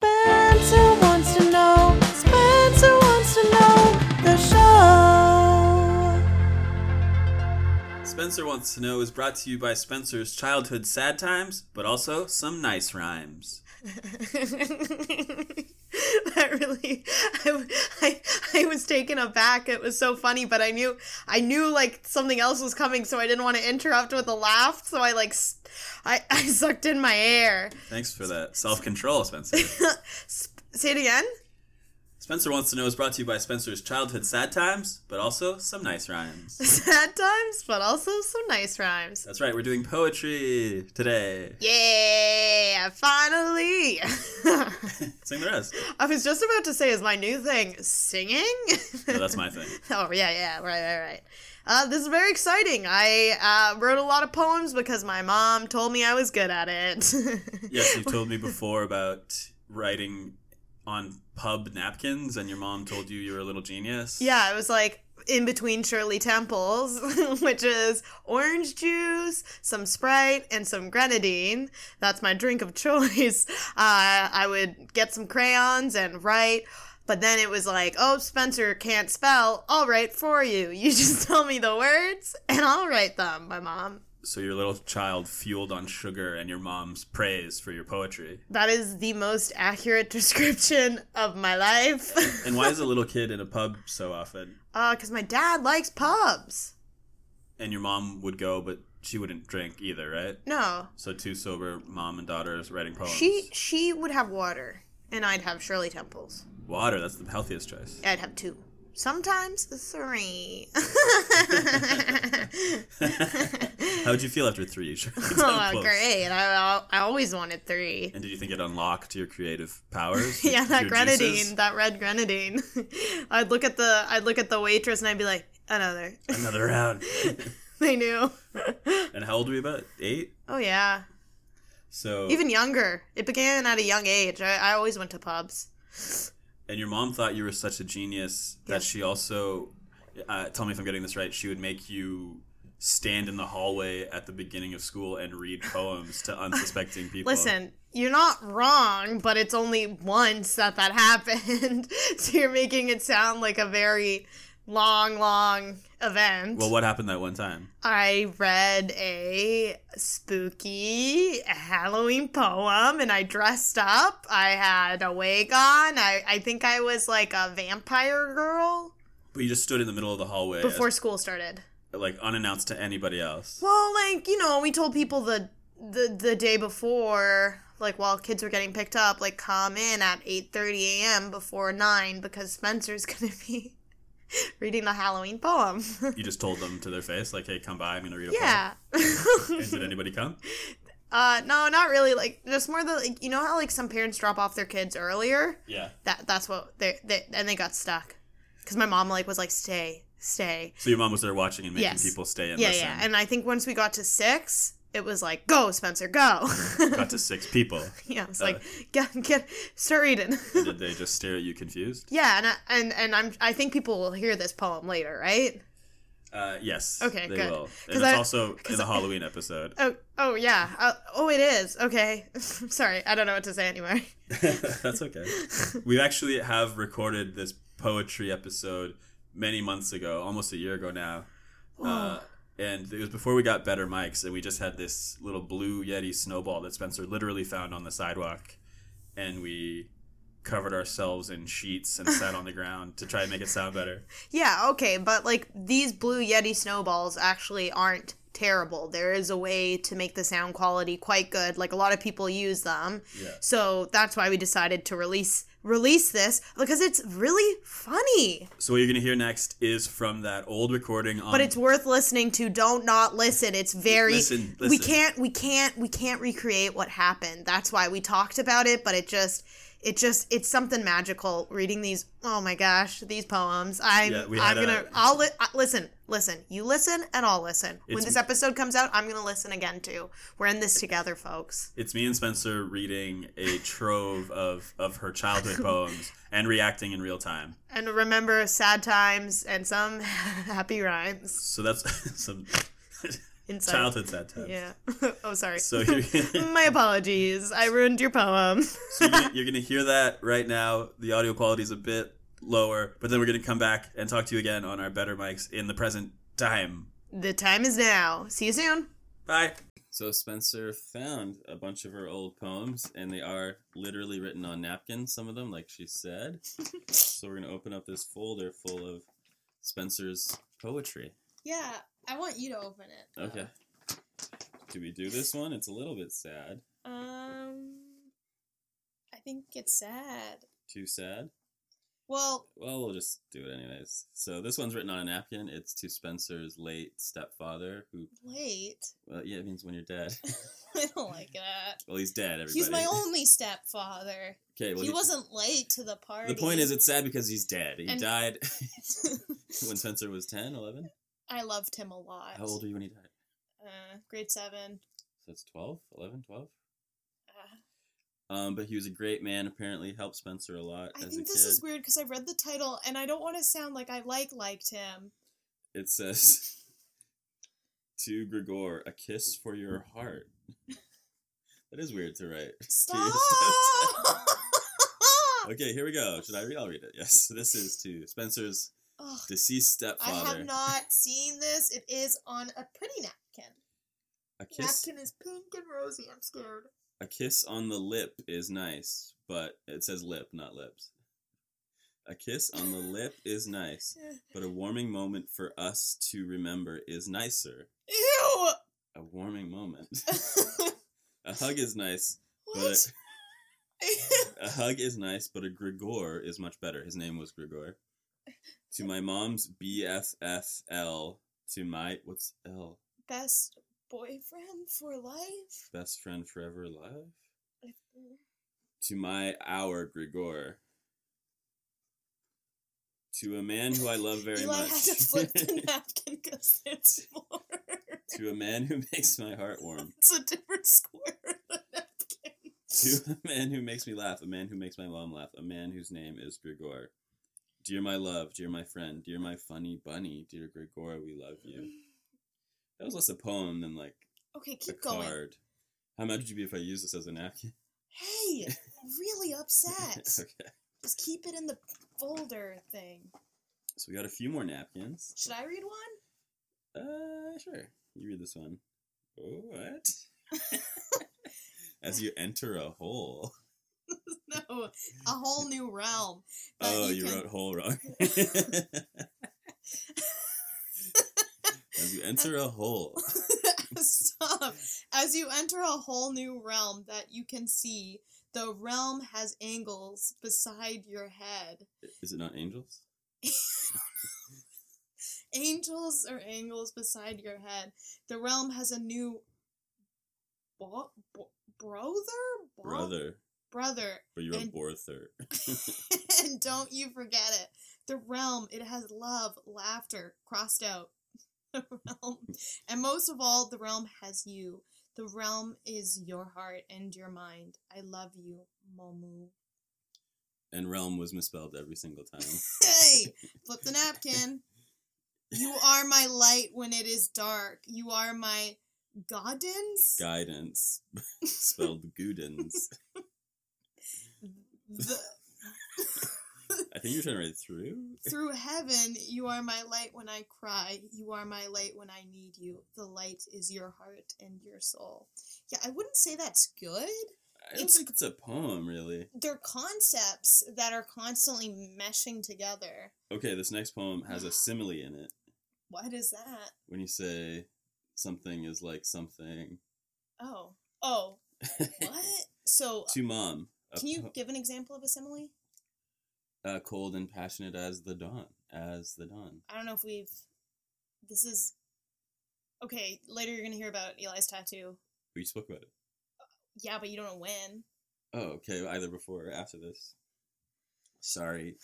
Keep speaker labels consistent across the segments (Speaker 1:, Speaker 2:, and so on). Speaker 1: Spencer wants to know. Spencer wants to know the show.
Speaker 2: Spencer Wants to Know is brought to you by Spencer's childhood sad times, but also some nice rhymes.
Speaker 3: that really I, I I was taken aback it was so funny but I knew I knew like something else was coming so I didn't want to interrupt with a laugh so I like s- I, I sucked in my air
Speaker 2: Thanks for that self control, Spencer.
Speaker 3: say it again
Speaker 2: Spencer Wants to Know is brought to you by Spencer's childhood sad times, but also some nice rhymes.
Speaker 3: sad times but also some nice rhymes
Speaker 2: That's right, we're doing poetry today.
Speaker 3: yeah finally
Speaker 2: Sing the rest.
Speaker 3: I was just about to say is my new thing singing
Speaker 2: No, that's my thing.
Speaker 3: Oh yeah, yeah, right, right, right. Uh, this is very exciting. I uh, wrote a lot of poems because my mom told me I was good at it.
Speaker 2: Yes, you've told me before about writing on pub napkins, and your mom told you you were a little genius.
Speaker 3: yeah, it was like in between Shirley Temples, which is orange juice, some Sprite, and some grenadine. That's my drink of choice. Uh, I would get some crayons and write. But then it was like, oh, Spencer can't spell. I'll write for you. You just tell me the words and I'll write them, my mom.
Speaker 2: So your little child fueled on sugar and your mom's praise for your poetry.
Speaker 3: That is the most accurate description of my life.
Speaker 2: And why is a little kid in a pub so often?
Speaker 3: Uh, cause my dad likes pubs.
Speaker 2: And your mom would go, but she wouldn't drink either, right?
Speaker 3: No,
Speaker 2: So two sober mom and daughters writing poems.
Speaker 3: she she would have water, and I'd have Shirley Temples.
Speaker 2: Water, that's the healthiest choice.
Speaker 3: I'd have two, sometimes three.
Speaker 2: How would you feel after three? Sure, it's not
Speaker 3: oh,
Speaker 2: close.
Speaker 3: great! I, I always wanted three.
Speaker 2: And did you think it unlocked your creative powers?
Speaker 3: Yeah,
Speaker 2: Your-
Speaker 3: that
Speaker 2: your
Speaker 3: grenadine,
Speaker 2: juices?
Speaker 3: that red grenadine. I'd look at the I'd look at the waitress and I'd be like, another.
Speaker 2: Another round.
Speaker 3: they knew.
Speaker 2: and how old were you about? Eight?
Speaker 3: Oh yeah,
Speaker 2: So
Speaker 3: even younger. It began at a young age. I, I always went to pubs.
Speaker 2: and your mom thought you were such a genius that she also uh, tell me if i'm getting this right she would make you stand in the hallway at the beginning of school and read poems to unsuspecting people
Speaker 3: Listen, you're not wrong, but it's only once that that happened. so you're making it sound like a very long, long event.
Speaker 2: well what happened that one time
Speaker 3: I read a spooky Halloween poem and I dressed up. I had a wig on. I, I think I was like a vampire girl
Speaker 2: but you just stood in the middle of the hallway
Speaker 3: before
Speaker 2: as-
Speaker 3: school started.
Speaker 2: like unannounced to anybody else
Speaker 3: Well, like you know, we told people the the the day before, like while kids were getting picked up, like come in at eight thirty a.m. before nine because Spencer's gonna be reading the Halloween poem.
Speaker 2: you just told them to their face like hey come by i'm gonna read a
Speaker 3: yeah.
Speaker 2: poem and did anybody come
Speaker 3: uh, no, not really. Like just more the like you know how like some parents drop off their kids earlier.
Speaker 2: yeah
Speaker 3: That that's what they they and they got stuck because my mom like was like stay stay
Speaker 2: so your mom was there watching and making
Speaker 3: Yes.
Speaker 2: people stay and
Speaker 3: yeah
Speaker 2: listen
Speaker 3: yeah and I think once we got to six. It was like, go, Spencer, go.
Speaker 2: got to six people
Speaker 3: Yeah, it's
Speaker 2: Uh,
Speaker 3: like get get start reading.
Speaker 2: and did they just stare at you confused
Speaker 3: yeah, and I, and and I'm I think people will hear this poem later, right?
Speaker 2: uh, yes
Speaker 3: Okay,
Speaker 2: they
Speaker 3: good.
Speaker 2: will
Speaker 3: 'Cause
Speaker 2: and it's
Speaker 3: I-
Speaker 2: also in the halloween episode
Speaker 3: Oh oh yeah. Uh, oh it is. Okay. Sorry, I don't know what to say anymore.
Speaker 2: That's okay. We actually have recorded this poetry episode many months ago, almost a year ago now.
Speaker 3: Oh.
Speaker 2: Uh, and it was before we got better mics, and we just had this little blue Yeti snowball that Spencer literally found on the sidewalk. And we covered ourselves in sheets and sat on the ground to try and make it sound better.
Speaker 3: Yeah, okay, but like these blue yeti snowballs actually aren't terrible. There is a way to make the sound quality quite good. Like a lot of people use them.
Speaker 2: Yeah.
Speaker 3: So that's why we decided to release release this because it's really funny.
Speaker 2: So what you're gonna hear next is from that old recording on.
Speaker 3: But it's worth listening to. Don't not listen. It's very
Speaker 2: Listen,
Speaker 3: we
Speaker 2: listen.
Speaker 3: can't we can't we can't recreate what happened. That's why we talked about it, but it just it just it's something magical reading these oh my gosh, these poems. I'm
Speaker 2: Yeah, we
Speaker 3: I'm
Speaker 2: had a-
Speaker 3: gonna I'll li- I- listen, listen. You listen and I'll listen. when
Speaker 2: It's-
Speaker 3: this episode comes out, I'm gonna listen again too. We're in this together, folks.
Speaker 2: it's me and Spencer reading a trove of of her childhood poems and reacting in real time.
Speaker 3: And remember sad times and some happy rhymes.
Speaker 2: So that's some
Speaker 3: Inside.
Speaker 2: childhood sad times.
Speaker 3: Yeah. oh sorry.
Speaker 2: So you're,
Speaker 3: My apologies. I ruined your poem.
Speaker 2: so you're, gonna, you're gonna hear that right now. The audio quality is a bit lower, but then we're gonna come back and talk to you again on our better mics in the present time.
Speaker 3: The time is now. See you soon.
Speaker 2: Bye. So Spencer found a bunch of her old poems, and they are literally written on napkins. Some of them, like she said. so we're gonna open up this folder full of Spencer's poetry.
Speaker 4: Yeah, I want you to open it.
Speaker 2: Okay. Do we do this one? It's a little bit sad.
Speaker 4: Um, I think it's sad.
Speaker 2: Too sad.
Speaker 4: Well,
Speaker 2: Well, we'll just do it anyways. So this one's written on a napkin. It's to Spencer's late stepfather, who,
Speaker 4: wait.
Speaker 2: well, yeah, it means when you're dead.
Speaker 4: I don't like that.
Speaker 2: well, he's dead. Everybody.
Speaker 4: He's my only stepfather.
Speaker 2: Okay. Well,
Speaker 4: he
Speaker 2: the-
Speaker 4: wasn't late to the party.
Speaker 2: The point is, it's sad because he's dead. He
Speaker 4: And-
Speaker 2: died when Spencer was 10, 11?
Speaker 4: I loved him a lot.
Speaker 2: How old were you when he died?
Speaker 4: Uh, grade seven.
Speaker 2: So it's 12, 11, 12?
Speaker 4: Uh,
Speaker 2: Um, but he was a great man, apparently, helped Spencer a lot
Speaker 4: I
Speaker 2: as
Speaker 4: think
Speaker 2: a
Speaker 4: this
Speaker 2: kid.
Speaker 4: is weird because I read the title and I don't want to sound like I like liked him.
Speaker 2: It says, To Gregor, a kiss for your heart. that is weird to write. to
Speaker 4: Stop!
Speaker 2: okay, here we go. Should I read? I'll read it. Yes. This is to Spencer's
Speaker 4: Ugh,
Speaker 2: deceased
Speaker 4: I
Speaker 2: stepfather.
Speaker 4: have not seen this. It is on a pretty napkin.
Speaker 2: a kiss
Speaker 4: Napkin is pink and rosy. I'm scared.
Speaker 2: A kiss on the lip is nice, but it says lip, not lips. A kiss on the lip is nice, but a warming moment for us to remember is nicer.
Speaker 4: Ew!
Speaker 2: A warming moment. a hug is nice, but
Speaker 4: what?
Speaker 2: a, a hug is nice, but a Grigor is much better. His name was Grigor. To my mom's BFFL, to my what's L?
Speaker 4: Best boyfriend for life?
Speaker 2: Best friend forever alive. to my our Grigor. To a man who I love very
Speaker 4: Eli
Speaker 2: much.
Speaker 4: had to flip the napkin because it's more.
Speaker 2: to a man who makes my heart warm.
Speaker 4: it's a different square of the napkin.
Speaker 2: To a man who makes me laugh. A man who makes my mom laugh. A man whose name is Grigor. Dear my love, dear my friend, dear my funny bunny, dear Grigor, we love you. That was less a poem than like
Speaker 4: Okay,
Speaker 2: a
Speaker 4: keep going.
Speaker 2: card. How mad would you be if I used this as a napkin?
Speaker 4: Hey, I'm really upset.
Speaker 2: okay.
Speaker 4: Just keep it in the folder thing.
Speaker 2: So we got a few more napkins.
Speaker 4: Should I read one?
Speaker 2: Uh, sure. You read this one. Oh, what? As you enter a hole.
Speaker 4: No, a whole new realm. that
Speaker 2: Oh, you
Speaker 4: can-
Speaker 2: wrote hole wrong. As you enter a hole.
Speaker 4: Stop. As you enter a whole new realm that you can see, the realm has angles beside your head.
Speaker 2: Is it not angels?
Speaker 4: Angels are angles beside your head. The realm has a new bo- bo- brother? Bo-
Speaker 2: Brother.
Speaker 4: Brother.
Speaker 2: But you wrote
Speaker 4: And-
Speaker 2: Borther.
Speaker 4: and don't you forget it. The realm, it has love, laughter, crossed out. The realm. And most of all, the realm has you. The realm is your heart and your mind. I love you, Momu.
Speaker 2: And realm was misspelled every single time.
Speaker 4: Hey! Flip the napkin. You are my light when it is dark. You are my guidance.
Speaker 2: Guidance. spelled Goodens.
Speaker 4: The-
Speaker 2: I think you're trying to read through.
Speaker 4: Through heaven, you are my light when I cry. You are my light when I need you. The light is your heart and your soul. Yeah, I wouldn't say that's good.
Speaker 2: I don't
Speaker 4: It's-
Speaker 2: think it's a poem, really.
Speaker 4: They're concepts that are constantly meshing together.
Speaker 2: Okay, this next poem has a simile in it.
Speaker 4: What is that?
Speaker 2: when you say something is like something
Speaker 4: Oh. Oh. What? So,
Speaker 2: to mom. a
Speaker 4: can you
Speaker 2: po- Uh-huh.
Speaker 4: give an example of a simile?
Speaker 2: uh, cold and passionate as the dawn. As the dawn.
Speaker 4: I don't know if we've. This is. Okay, later you're gonna hear about Eli's tattoo.
Speaker 2: We spoke about it.
Speaker 4: Yeah, but you don't know when.
Speaker 2: Oh, okay. Either before or after this. Sorry.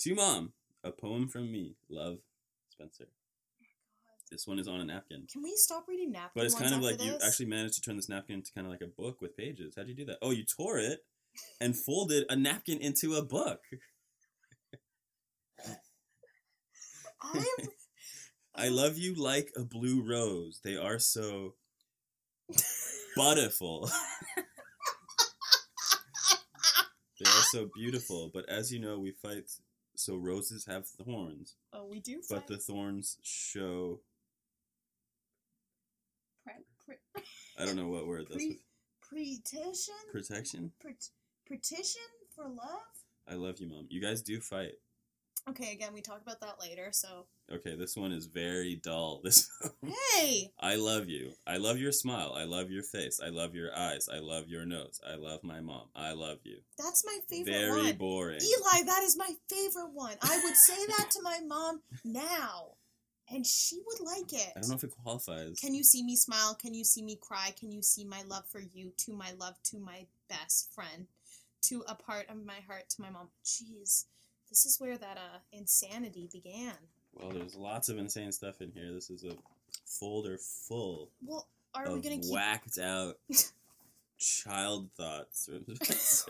Speaker 2: to mom, a poem from me, love, Spencer. This one is on a napkin.
Speaker 4: Oh Can we stop reading napkins?
Speaker 2: But it's kind of like
Speaker 4: this?
Speaker 2: you actually managed to turn this napkin into kind of like a book with pages. How'd you do that? Oh, you tore it and folded a napkin into a book.
Speaker 4: I'm
Speaker 2: I love you like a blue rose. They are so butterful. they are so beautiful, but as you know, we fight so roses have thorns,
Speaker 4: Oh, we do.
Speaker 2: but the thorns show
Speaker 4: find pre-
Speaker 2: I don't know what word that's
Speaker 4: pre- pre- petition.
Speaker 2: protection.
Speaker 4: Pret- petition for love.
Speaker 2: I love you, mom. You guys do fight.
Speaker 4: Okay, again, we talk about that later. So
Speaker 2: Okay, this one is very dull. This
Speaker 4: hey,
Speaker 2: I love you. I love your smile. I love your face. I love your eyes. I love your nose. I love my mom. I love you.
Speaker 4: that's my favorite
Speaker 2: Very
Speaker 4: one.
Speaker 2: boring.
Speaker 4: Eli, that is my favorite one. I would say that to my mom now, and she would like it.
Speaker 2: I don't know if it qualifies.
Speaker 4: Can you see me smile? Can you see me cry? Can you see my love for you? To my love, to my best friend, to a part of my heart, to my mom. Jeez, this is where that uh insanity began.
Speaker 2: Well, there's lots of insane stuff in here. This is a folder full
Speaker 4: Well, are we
Speaker 2: of
Speaker 4: gonna keep
Speaker 2: whacked out child thoughts.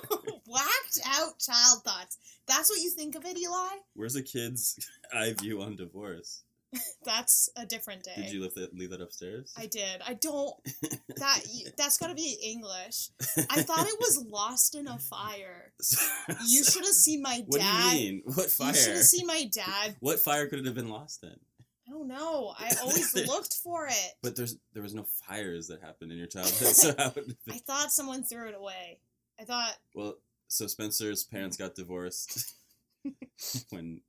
Speaker 4: whacked out child thoughts? That's what you think of it, Eli?
Speaker 2: Where's a kid's eye view on divorce?
Speaker 4: That's a different day.
Speaker 2: Did you leave that, leave that upstairs?
Speaker 4: I did. I don't. That that's got to be English. I thought it was lost in a fire. You should have seen my dad.
Speaker 2: what do you mean? What
Speaker 4: You should
Speaker 2: fire?
Speaker 4: have seen my dad.
Speaker 2: what fire could it have been lost in?
Speaker 4: I don't know. I always looked for it.
Speaker 2: But there's there was no fires that happened in your childhood. So how would it
Speaker 4: I
Speaker 2: be?
Speaker 4: thought someone threw it away. I thought
Speaker 2: Well, so Spencer's parents got divorced when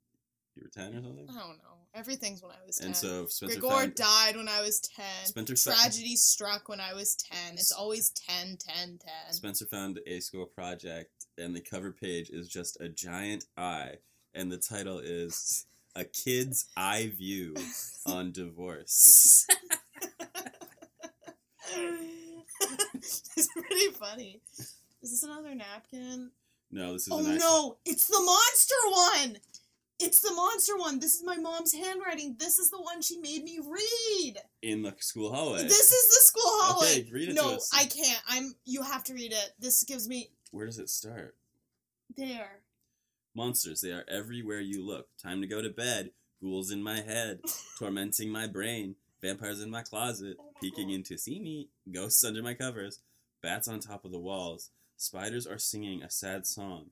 Speaker 2: you were ten or something,
Speaker 4: I don't know. Everything's when I was ten.
Speaker 2: and so Spencer
Speaker 4: Gregor
Speaker 2: found,
Speaker 4: died when I was ten.
Speaker 2: Spencer found-
Speaker 4: Tragedy struck when I was ten. It's always 10, 10, 10.
Speaker 2: Spencer found a school project, and the cover page is just a giant eye, and the title is "A Kid's Eye View on Divorce."
Speaker 4: it's pretty funny. Is this another napkin?
Speaker 2: No, this is
Speaker 4: Oh
Speaker 2: an
Speaker 4: no! It's the monster one. It's the monster one. This is my mom's handwriting. This is the one she made me read.
Speaker 2: in the school hallway.
Speaker 4: This is the school hallway.
Speaker 2: Okay, read it to
Speaker 4: no,
Speaker 2: us.
Speaker 4: I can't. I'm. You have to read it. This gives me
Speaker 2: Where does it start?
Speaker 4: there.
Speaker 2: Monsters, they are everywhere you look. Time to go to bed. Ghouls in my head, tormenting my brain. Vampires in my closet,
Speaker 4: Oh
Speaker 2: peeking in to see me. Ghosts under my covers. Bats on top of the walls. Spiders are singing a sad song.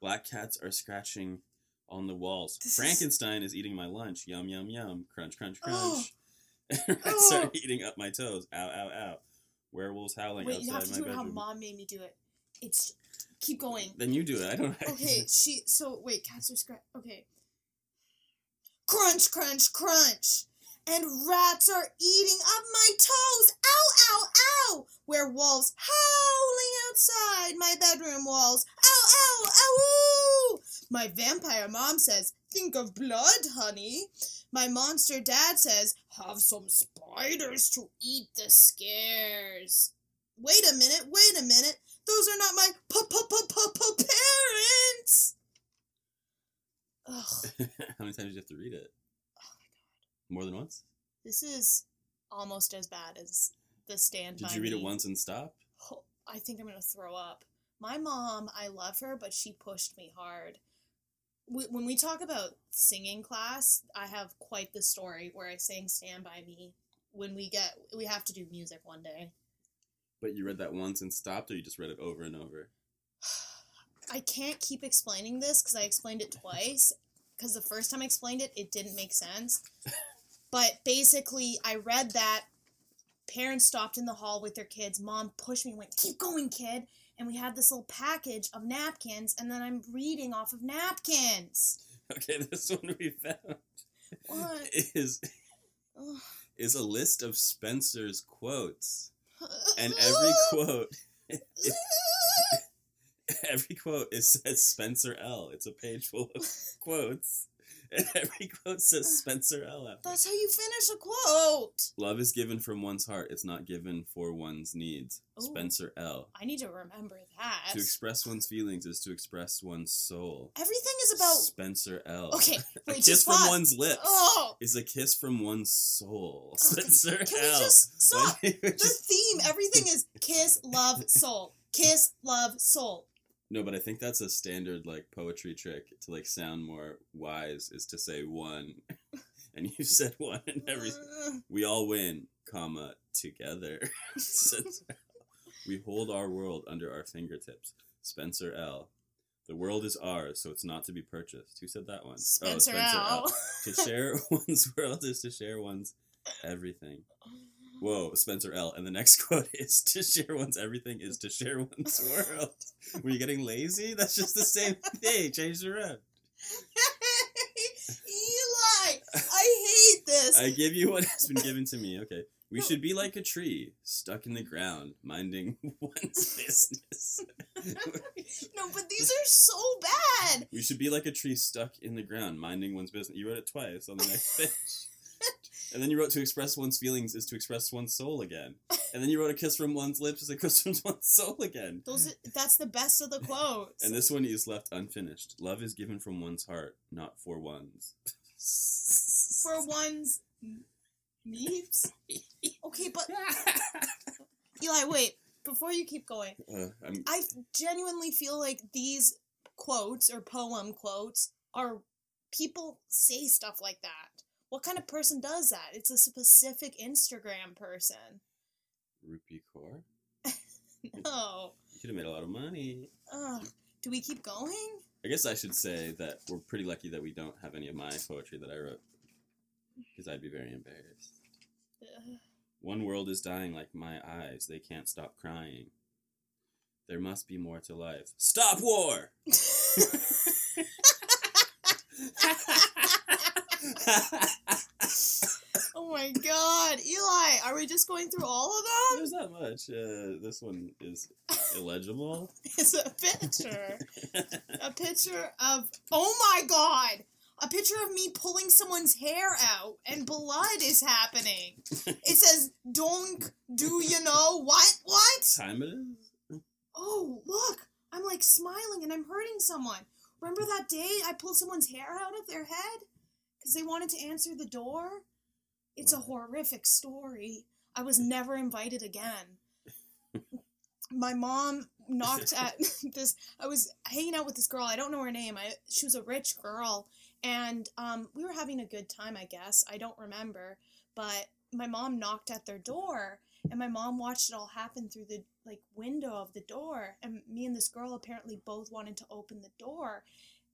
Speaker 2: Black cats are scratching on the walls. Frankenstein is eating my lunch. Yum, yum, yum. Crunch, crunch, crunch. Rats
Speaker 4: Oh.
Speaker 2: are eating up my toes. Ow, ow, ow. Werewolves howling
Speaker 4: Wait,
Speaker 2: outside
Speaker 4: you have to
Speaker 2: my
Speaker 4: do it
Speaker 2: bedroom.
Speaker 4: how mom made me do it. It's keep going.
Speaker 2: Then you do it. I don't.
Speaker 4: Okay, she. So wait, cats are scratch. Okay. Crunch, crunch, crunch, and rats are eating up my toes. Ow, ow, ow! Where wolves howling outside my bedroom walls. Ow, ow, ow! Ooh! My vampire mom says, "Think of blood, honey." My monster dad says, "Have some spiders to eat the scares." Wait a minute, wait a minute. Those are not my pa pa pa pa pa parents. Ugh,
Speaker 2: how many times do you have to read it?
Speaker 4: Oh
Speaker 2: More than once?
Speaker 4: this is almost as bad as the stand.
Speaker 2: Did
Speaker 4: By
Speaker 2: you read it
Speaker 4: Me.
Speaker 2: once and stop?
Speaker 4: Oh, I think I'm gonna throw up. My mom, I love her, but she pushed me hard. Wh- When we talk about singing class, I have quite the story where I sang "Stand by Me." When we get, we have to do music one day.
Speaker 2: But you read that once and stopped, or you just read it over and over?
Speaker 4: I can't keep explaining this because I explained it twice. Because the first time I explained it, it didn't make sense. But basically, I read that parents stopped in the hall with their kids. Mom pushed me and went, Keep going, kid. And we had this little package of napkins, and then I'm reading off of napkins.
Speaker 2: Okay, this one we found
Speaker 4: What?
Speaker 2: is
Speaker 4: Uh, Ugh.
Speaker 2: is a list of Spencer's quotes, and every quote every quote is says Spencer L. It's a page full of quotes, and every quote says Spencer L. After.
Speaker 4: That's how you finish a quote.
Speaker 2: Love is given from one's heart. It's not given for one's needs.
Speaker 4: Ooh.
Speaker 2: Spencer L.
Speaker 4: I need to remember that.
Speaker 2: To express one's feelings is to express one's soul.
Speaker 4: Everything is about.
Speaker 2: Spencer L.
Speaker 4: Okay,
Speaker 2: a
Speaker 4: wait,
Speaker 2: kiss
Speaker 4: just
Speaker 2: from
Speaker 4: pause.
Speaker 2: one's lips
Speaker 4: Oh,
Speaker 2: is a kiss from one's soul. Spencer
Speaker 4: can we
Speaker 2: L.
Speaker 4: just stop?
Speaker 2: When you were
Speaker 4: the
Speaker 2: just-
Speaker 4: theme. Everything is kiss, love, soul. Kiss, love, soul.
Speaker 2: No, but I think that's a standard like poetry trick to like sound more wise is to say one, and you said one and everything.
Speaker 4: Mm,
Speaker 2: We all win, comma together. Spencer L. we hold our world under our fingertips. Spencer L. The world is ours, so it's not to be purchased. Who said that one? Oh,
Speaker 4: Spencer L.
Speaker 2: to share one's world is to share one's everything. Whoa, Spencer L. And the next quote is to share one's everything is to share one's world. Were you getting lazy? That's just the same thing. Changed around.
Speaker 4: Eli, I hate this.
Speaker 2: I give you what has been given to me. Okay. We should be like a tree stuck in the ground, minding one's business.
Speaker 4: No, but these are so bad.
Speaker 2: we should be like a tree stuck in the ground, minding one's business. You wrote it twice on the next page. And then you wrote to express one's feelings is to express one's soul again. And then you wrote a kiss from one's lips is a kiss from one's soul again.
Speaker 4: Those. Are, that's the best of the quotes.
Speaker 2: And this one is left unfinished. Love is given from one's heart, not for one's.
Speaker 4: for one's needs. Okay, but Eli, wait. Before you keep going,
Speaker 2: Uh, I'm,
Speaker 4: I genuinely feel like these quotes or poem quotes are people say stuff like that. What kind of person does that? It's a specific Instagram person.
Speaker 2: Rupee Kaur?
Speaker 4: No.
Speaker 2: You could have made a lot of money.
Speaker 4: Ugh. Do we keep going?
Speaker 2: I guess I should say that we're pretty lucky that we don't have any of my poetry that I wrote, because I'd be very embarrassed.
Speaker 4: Ugh.
Speaker 2: One world is dying like my eyes. They can't stop crying. There must be more to life. Stop war!
Speaker 4: Oh my god, Eli, are we just going through all of them?
Speaker 2: There's not much. Uh, this one is illegible.
Speaker 4: It's a picture. a picture of oh my god a picture of me pulling someone's hair out and blood is happening it says don't do you know what what
Speaker 2: Time it is.
Speaker 4: oh look i'm like smiling and i'm hurting someone remember that day i pulled someone's hair out of their head because they wanted to answer the door it's a horrific story i was never invited again my mom knocked at this i was hanging out with this girl i don't know her name I, she was a rich girl and um, we were having a good time i guess i don't remember but my mom knocked at their door and my mom watched it all happen through the like window of the door and me and this girl apparently both wanted to open the door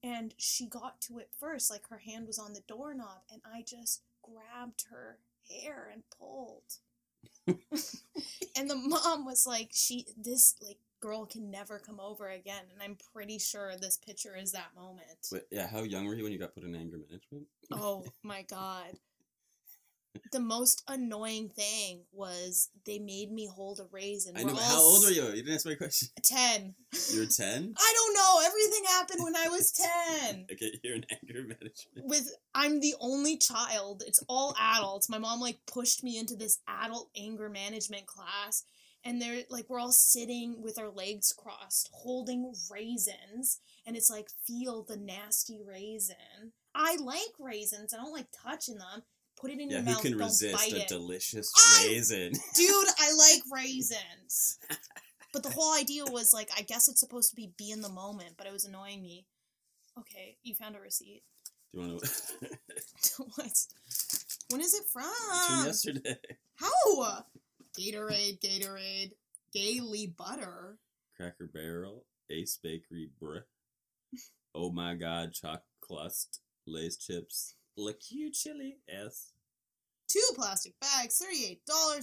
Speaker 4: and she got to it first like her hand was on the doorknob and i just grabbed her hair and pulled and the mom was like she this like girl can never come over again and i'm pretty sure this picture is that moment
Speaker 2: But yeah, how young were you when you got put in anger management?
Speaker 4: Oh my god. The most annoying thing was they made me hold a raisin.
Speaker 2: I
Speaker 4: We're
Speaker 2: know, but
Speaker 4: all
Speaker 2: how old
Speaker 4: s-
Speaker 2: are you? You didn't answer my question.
Speaker 4: Ten.
Speaker 2: You're 10?
Speaker 4: I don't know. Everything happened when I was ten.
Speaker 2: Okay, you're in anger management.
Speaker 4: With I'm the only child. It's all adults. My mom like pushed me into this adult anger management class, and they're like we're all sitting with our legs crossed, holding raisins, and it's like feel the nasty raisin. I like raisins. I don't like touching them. Put it in
Speaker 2: Yeah,
Speaker 4: your
Speaker 2: who
Speaker 4: mouth.
Speaker 2: can
Speaker 4: don't
Speaker 2: resist
Speaker 4: bite
Speaker 2: a
Speaker 4: it.
Speaker 2: delicious
Speaker 4: I-
Speaker 2: raisin?
Speaker 4: dude i like raisins but the whole idea was like i guess it's supposed to be be in the moment but it was annoying me okay you found a receipt
Speaker 2: Do you want to?
Speaker 4: what when is it from
Speaker 2: from yesterday.
Speaker 4: how gatorade gatorade gaily butter
Speaker 2: Cracker Barrel, Ace Bakery, bruh. Oh my God, Choc Clust, Lay's Chips, LaQ Chili, S.
Speaker 4: two plastic bags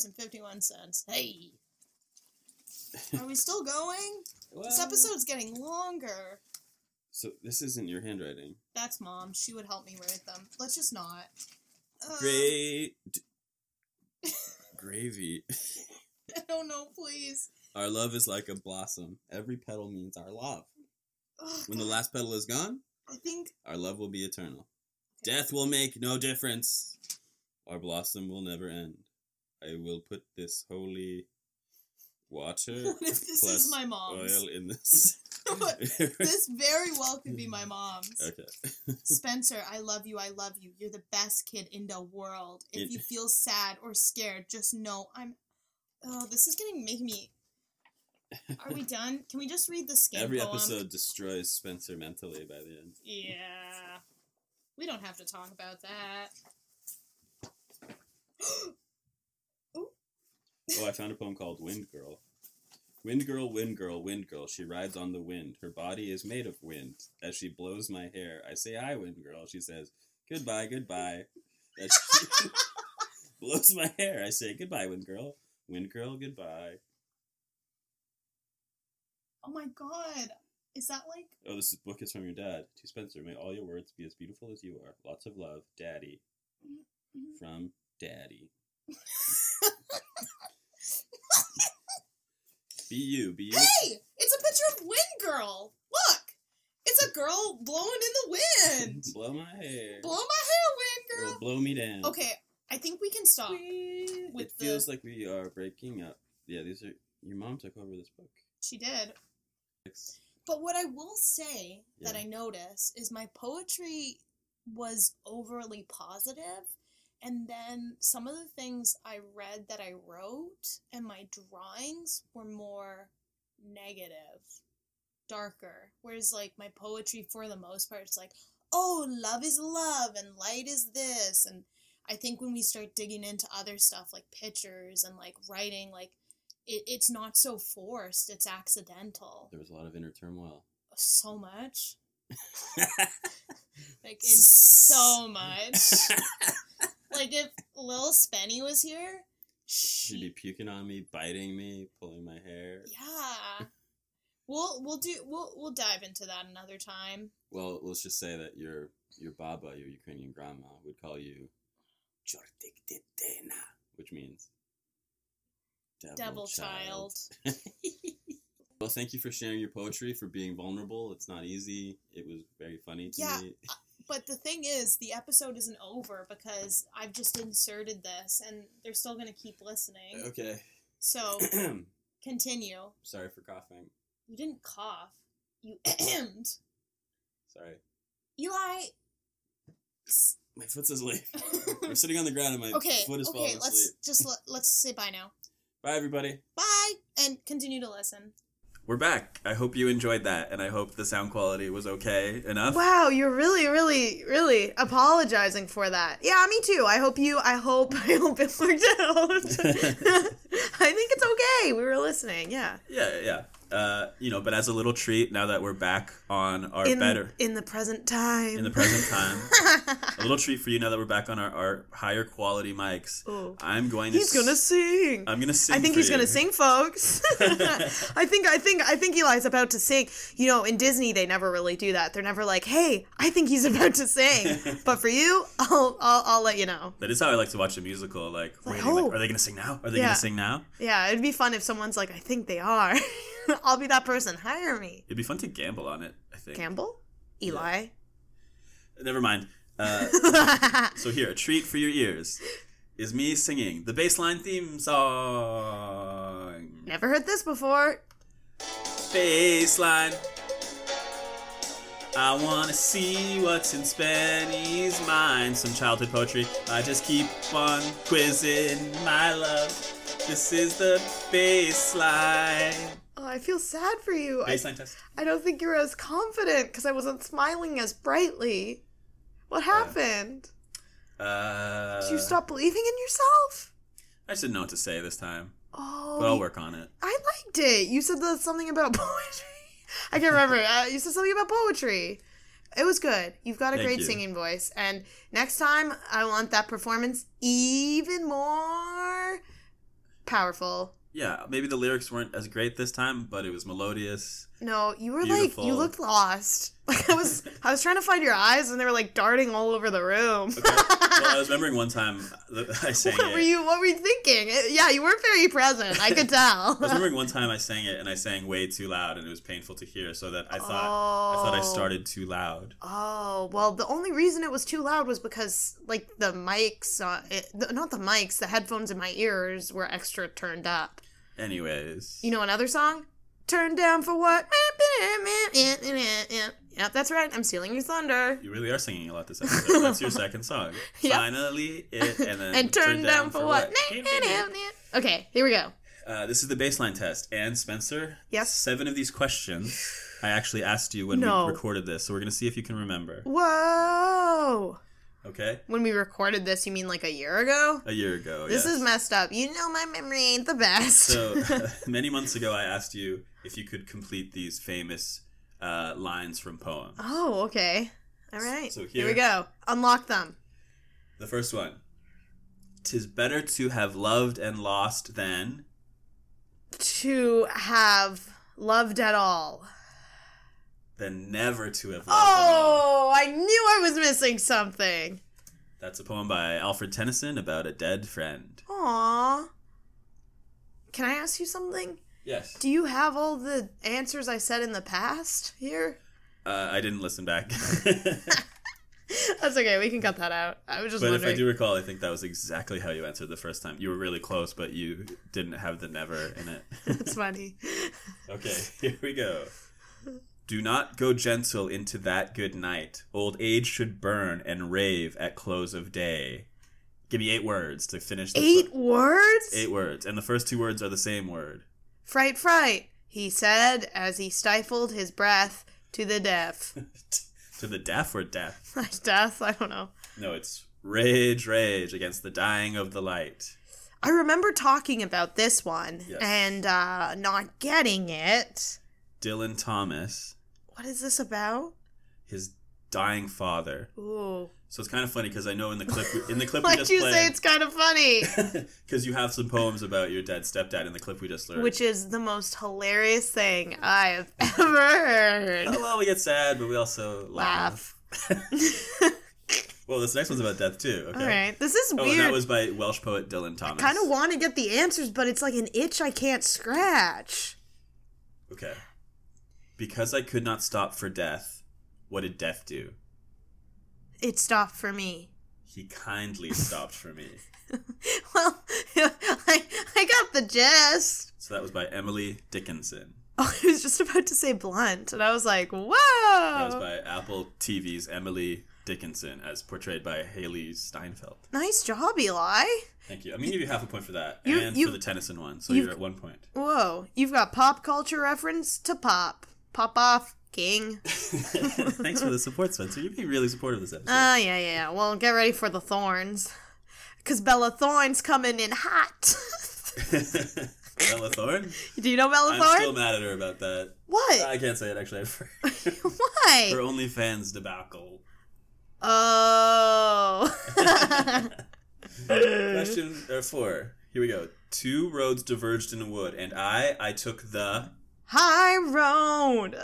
Speaker 4: $38.51 hey are we still going this episode's getting longer
Speaker 2: So this isn't your handwriting.
Speaker 4: that's mom she would help me write them let's just not Uh,
Speaker 2: Great. Gravy.
Speaker 4: I don't know, please.
Speaker 5: Our love is like a blossom. Every petal means our love.
Speaker 4: Ugh,
Speaker 5: When the last petal is gone,
Speaker 4: I think
Speaker 5: our love will be eternal. Death will make no difference. Our blossom will never end. I will put this holy water
Speaker 4: What if this is
Speaker 5: plus
Speaker 4: my mom's?
Speaker 5: oil in this.
Speaker 4: What- this very well could be my mom's.
Speaker 5: okay.
Speaker 4: Spencer, I love you. I love you. You're the best kid in the world. If
Speaker 5: It-
Speaker 4: you feel sad or scared, just know I'm. Oh, this is gonna make me. Are we done? Can we just read the skin
Speaker 5: Every
Speaker 4: poem?
Speaker 5: episode destroys Spencer mentally by the end.
Speaker 4: Yeah. We don't have to talk about that.
Speaker 5: Oh, I found a poem called Wind Girl. Wind girl, wind girl, wind girl, she rides on the wind. Her body is made of wind. As she blows my hair, I say, Hi, wind girl. She says, Goodbye, goodbye. As she blows my hair, I say, Goodbye, wind girl. Wind girl, goodbye.
Speaker 4: Oh my god. Is that like.
Speaker 5: Oh, this book is from your dad. To Spencer, may all your words be as beautiful as you are. Lots of love, daddy. From daddy. be you, be you.
Speaker 4: Hey! It's a picture of Wind Girl! Look! It's a girl blowing in the wind!
Speaker 5: Blow my hair.
Speaker 4: Blow my hair,
Speaker 5: Or
Speaker 4: Wind Girl!
Speaker 5: blow me down.
Speaker 4: Okay, I think we can stop.
Speaker 5: It
Speaker 4: with the-
Speaker 5: feels like we are breaking up. Yeah, these are your mom took over this book.
Speaker 4: She did.
Speaker 5: It's-
Speaker 4: But what I will say that
Speaker 5: Yeah.
Speaker 4: I notice is my poetry was overly positive, and then some of the things I read that I wrote and my drawings were more negative, darker. Whereas, like, my poetry, for the most part, is like, oh, love is love, and light is this. And I think when we start digging into other stuff like pictures and like writing, like, it, it's not so forced, it's accidental
Speaker 5: There was a lot of inner turmoil.
Speaker 4: so much. like in so much. like if Lil Spenny was here,
Speaker 5: She'd be
Speaker 4: she,
Speaker 5: puking on me, biting me, pulling my hair.
Speaker 4: yeah. We'll we'll do we'll we'll dive into that another time.
Speaker 5: Well, let's just say that your your baba, your Ukrainian grandma, would call you Chortiktitena, which means devil,
Speaker 4: Devil child.
Speaker 5: Well, thank you for sharing your poetry, for being vulnerable. It's not easy. It was very funny to
Speaker 4: Yeah.
Speaker 5: me.
Speaker 4: But the thing is, the episode isn't over because I've just inserted this, and they're still gonna keep listening.
Speaker 5: Okay.
Speaker 4: So continue.
Speaker 5: Sorry for coughing.
Speaker 4: You didn't cough. You ahemed.
Speaker 5: Sorry.
Speaker 4: Eli.
Speaker 5: My foot's asleep. I'm sitting on the ground and my
Speaker 4: Okay.
Speaker 5: foot is
Speaker 4: Okay.
Speaker 5: falling asleep.
Speaker 4: Let's just let, let's say bye now.
Speaker 5: Bye, everybody.
Speaker 4: Bye, and continue to listen.
Speaker 2: We're back. I hope you enjoyed that, and I hope the sound quality was okay enough.
Speaker 3: Wow, you're really, really, really apologizing for that. Yeah, me too. I hope you. I hope. I hope it worked out. I think it's okay. We were listening. Yeah.
Speaker 2: Yeah, yeah. Uh, you know, but as a little treat, now that we're back on our
Speaker 3: In
Speaker 2: better
Speaker 3: in the present time.
Speaker 2: in the present time, a little treat for you now that we're back on our, our higher quality mics. I'm going to.
Speaker 3: He's gonna sing.
Speaker 2: I'm gonna sing.
Speaker 3: I think
Speaker 2: for
Speaker 3: he's
Speaker 2: you.
Speaker 3: gonna sing, folks. I think I think I think Eli's about to sing. You know, in Disney they never really do that. They're never like, "Hey, I think he's about to sing." but for you, I'll I'll, I'll let you know.
Speaker 2: That is how I like to watch a musical. Like, waiting,
Speaker 3: oh.
Speaker 2: like are they gonna sing now? Are they
Speaker 3: Yeah.
Speaker 2: gonna sing now?
Speaker 3: Yeah, it'd be fun if someone's like, "I think they are." I'll be that person. Hire me,
Speaker 2: It'd be fun to gamble on it. I think.
Speaker 3: Campbell, Eli.
Speaker 2: Never mind. Uh, so here, a treat for your ears is me singing the baseline theme song.
Speaker 3: Never heard this before.
Speaker 2: Baseline. I wanna see what's in Spenny's mind. Some childhood poetry. I just keep on quizzing my love. This is the baseline.
Speaker 3: Oh, I feel sad for you. I,
Speaker 2: Baseline test.
Speaker 3: I don't think you're as confident because I wasn't smiling as brightly. What happened?
Speaker 2: Uh,
Speaker 3: Did you stop believing in yourself?
Speaker 2: I just didn't know what to say this time,
Speaker 3: Oh,
Speaker 2: but I'll work on it.
Speaker 3: I liked it. You said the, something about poetry. I can't remember. Uh, you said something about poetry. It was good. You've got a
Speaker 2: Thank
Speaker 3: great
Speaker 2: you.
Speaker 3: singing voice. And next time, I want that performance even more powerful.
Speaker 2: Yeah, maybe the lyrics weren't as great this time, but it was melodious.
Speaker 3: No, you were like you
Speaker 2: Beautiful.
Speaker 3: looked lost. Like I was I was trying to find your eyes and they were like darting all over the room.
Speaker 2: Well, I was remembering one time that I sang
Speaker 3: what
Speaker 2: it.
Speaker 3: were you what were you thinking? It- yeah, you weren't very present. I could tell.
Speaker 2: I was remembering one time I sang it and I sang way too loud and it was painful to hear, so that I thought I thought I started too loud.
Speaker 3: oh, well, the only reason it was too loud was because like the mics uh, it, the, not the mics, the headphones in my ears were extra turned up.
Speaker 2: Anyways,
Speaker 3: You know another song? Turn down for what? Yep, that's right. I'm stealing your thunder.
Speaker 2: you really are singing a lot this episode. That's your second song.
Speaker 3: Yeah.
Speaker 2: Finally, it and then
Speaker 3: And turn down, for what? Okay, here we go.
Speaker 2: Uh, this is the baseline test. And Spencer,
Speaker 3: Yes?
Speaker 2: seven of these questions I actually asked you when
Speaker 3: No.
Speaker 2: we recorded this, so we're gonna see if you can remember.
Speaker 3: Whoa.
Speaker 2: Okay,
Speaker 3: When we recorded this, you mean like a year ago?
Speaker 2: a year ago.
Speaker 3: This
Speaker 2: yes.
Speaker 3: is messed up. You know my memory ain't the best.
Speaker 2: So uh, many months ago, I asked you if you could complete these famous uh, lines from poems.
Speaker 3: oh, okay. All right.
Speaker 2: so
Speaker 3: here.
Speaker 2: here-
Speaker 3: we go. Unlock them.
Speaker 2: The first one: "Tis better to have loved and lost than."
Speaker 3: To have loved at all.
Speaker 2: Than never to have loved. at all.
Speaker 3: Oh, I knew I was missing something.
Speaker 2: That's a poem by Alfred Tennyson about a dead friend.
Speaker 3: Aw. Can I ask you something?
Speaker 2: Yes.
Speaker 3: Do you have all the answers I said in the past here?
Speaker 2: Uh, I didn't listen back.
Speaker 3: That's okay. We can cut that out. I was just
Speaker 2: But if
Speaker 3: wondering.
Speaker 2: I do recall, I think that was exactly how you answered the first time. You were really close, but you didn't have the never in it.
Speaker 3: It's funny.
Speaker 2: Okay, here we go. Do not go gentle into that good night. Old age should burn and rave at close of day. Give me eight words to finish this.
Speaker 3: Eight words?
Speaker 2: Eight words. And the first two words are the same word.
Speaker 3: Fright, fright, he said as he stifled his breath to the deaf.
Speaker 2: To the deaf or death?
Speaker 3: death? I don't know.
Speaker 2: No, it's rage, rage against the dying of the light.
Speaker 3: I remember talking about this one
Speaker 2: Yes.
Speaker 3: and uh, not getting it.
Speaker 2: Dylan Thomas,
Speaker 3: What is this about?
Speaker 2: his dying father.
Speaker 3: Ooh.
Speaker 2: So it's kind of funny because I know in the clip we, in the clip we
Speaker 3: Like
Speaker 2: just
Speaker 3: you
Speaker 2: played,
Speaker 3: say, it's kind of funny,
Speaker 2: because you have some poems about your dead stepdad in the clip we just learned.
Speaker 3: which is the most hilarious thing I have ever heard.
Speaker 2: Oh, well, we get sad, but we also laugh.
Speaker 3: Laugh.
Speaker 2: Well, this next one's about death too. Okay.
Speaker 3: All right. This is
Speaker 2: Oh, and
Speaker 3: weird.
Speaker 2: that was by Welsh poet Dylan Thomas.
Speaker 3: kind of want to get the answers, but it's like an itch I can't scratch.
Speaker 2: Okay. Because I could not stop for death, what did death do?
Speaker 3: It stopped for me.
Speaker 2: He kindly stopped for me.
Speaker 3: Well, I, I got the gist.
Speaker 2: So that was by Emily Dickinson.
Speaker 3: Oh, I was just about to say blunt, and I was like, whoa.
Speaker 2: That was by Apple TV's Emily Dickinson, as portrayed by Haley Steinfeld.
Speaker 3: nice job, Eli.
Speaker 2: Thank you. I'm gonna give you half a point for that,
Speaker 3: You-
Speaker 2: and
Speaker 3: you-
Speaker 2: for the Tennyson one. So
Speaker 3: you-
Speaker 2: you're at one point.
Speaker 3: Whoa, you've got pop culture reference to pop. Pop off, king.
Speaker 2: Thanks for the support, Spencer. You've been really supportive this episode.
Speaker 3: Ah, yeah, yeah, yeah. Well, get ready for the thorns. Because Bella Thorne's coming in hot.
Speaker 2: Bella Thorne.
Speaker 3: Do you know Bella
Speaker 2: I'm
Speaker 3: Thorne?
Speaker 2: still mad at her about that.
Speaker 3: what?
Speaker 2: I can't say it actually. I've heard
Speaker 3: Why?
Speaker 2: her OnlyFans debacle.
Speaker 3: Oh.
Speaker 2: Question uh, four. Here we go. Two roads diverged in a wood, and I, I took the.
Speaker 3: High road.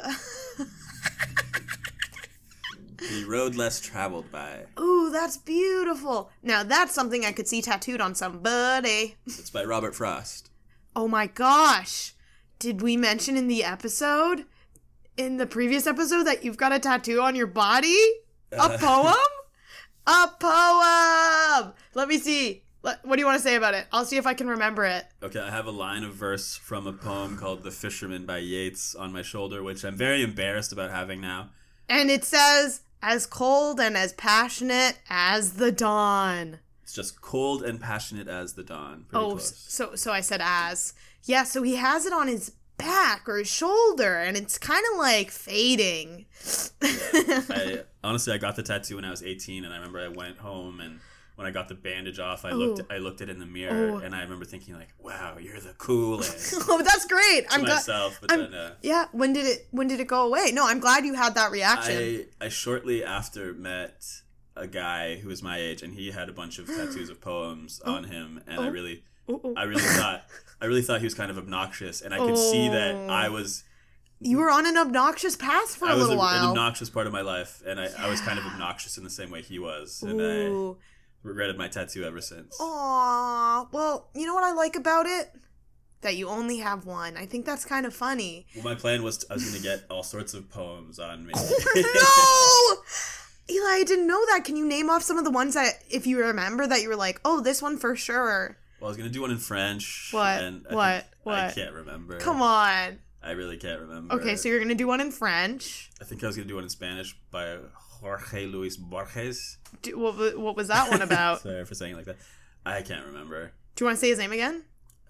Speaker 2: The road less traveled by.
Speaker 3: Ooh, that's beautiful. Now that's something I could see tattooed on somebody.
Speaker 2: It's by Robert Frost.
Speaker 3: Oh my gosh. Did we mention in the episode, in the previous episode, that you've got a tattoo on your body?
Speaker 2: Uh,
Speaker 3: A poem? a poem! Let me see. Let- What do you want to say about it? I'll see if I can remember it.
Speaker 2: Okay, I have a line of verse from a poem called The Fisherman by Yeats on my shoulder, which I'm very embarrassed about having now.
Speaker 3: And it says, as cold and as passionate as the dawn.
Speaker 2: It's just cold and passionate as the dawn. Pretty
Speaker 3: Oh,
Speaker 2: close.
Speaker 3: so so I said as. Yeah, so he has it on his back or his shoulder, and it's kind of like fading.
Speaker 2: I honestly I got the tattoo when I was 18 and I remember I went home and when I got the bandage off I
Speaker 3: Oh.
Speaker 2: looked I looked it in the mirror and I remember thinking like wow you're the coolest to
Speaker 3: oh, that's great. I'm glad.
Speaker 2: myself but
Speaker 3: I'm-
Speaker 2: then uh,
Speaker 3: Yeah, when did it when did it go away? No, I'm glad you had that reaction.
Speaker 2: I I shortly after met a guy who was my age and he had a bunch of tattoos of poems
Speaker 3: Oh.
Speaker 2: on him and I really
Speaker 3: Oh.
Speaker 2: I really thought I really thought he was kind of obnoxious and I could see that I was
Speaker 3: You were on an obnoxious path for a
Speaker 2: I was
Speaker 3: little
Speaker 2: a- an
Speaker 3: while.
Speaker 2: obnoxious part of my life, and I, I was kind of obnoxious in the same way he was, and
Speaker 3: Ooh. Oh.
Speaker 2: I regretted my tattoo ever since.
Speaker 3: Aw. Well, you know what I like about it? That you only have one. I think that's kind of funny.
Speaker 2: Well, my plan was I was going to get all sorts of poems on me.
Speaker 3: no! Eli, I didn't know that. Can you name off some of the ones that, if you remember, that you were like, oh, this one for sure?
Speaker 2: Well, I was gonna do one in French.
Speaker 3: What?
Speaker 2: And I
Speaker 3: What?
Speaker 2: think- I
Speaker 3: What?
Speaker 2: can't remember.
Speaker 3: Come on.
Speaker 2: I really can't remember.
Speaker 3: Okay, so you're going to do one in French.
Speaker 2: I think I was gonna do one in Spanish by Jorge Luis Borges.
Speaker 3: Do, what, wa- what was that one about?
Speaker 2: Sorry for saying it like that. I can't remember.
Speaker 3: Do you want to say his name again?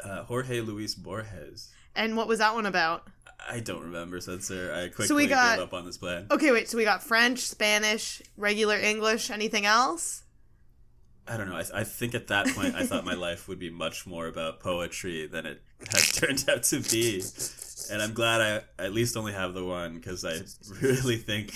Speaker 2: Uh, Jorge Luis Borges.
Speaker 3: And what was that one about?
Speaker 2: I don't remember, censor. I quickly
Speaker 3: got-
Speaker 2: gave up on this plan.
Speaker 3: Okay, wait, so we got French, Spanish, regular English, anything else?
Speaker 2: I don't know. I, I think at that point I thought my life would be much more about poetry than it has turned out to be, and I'm glad I at least only have the one because I really think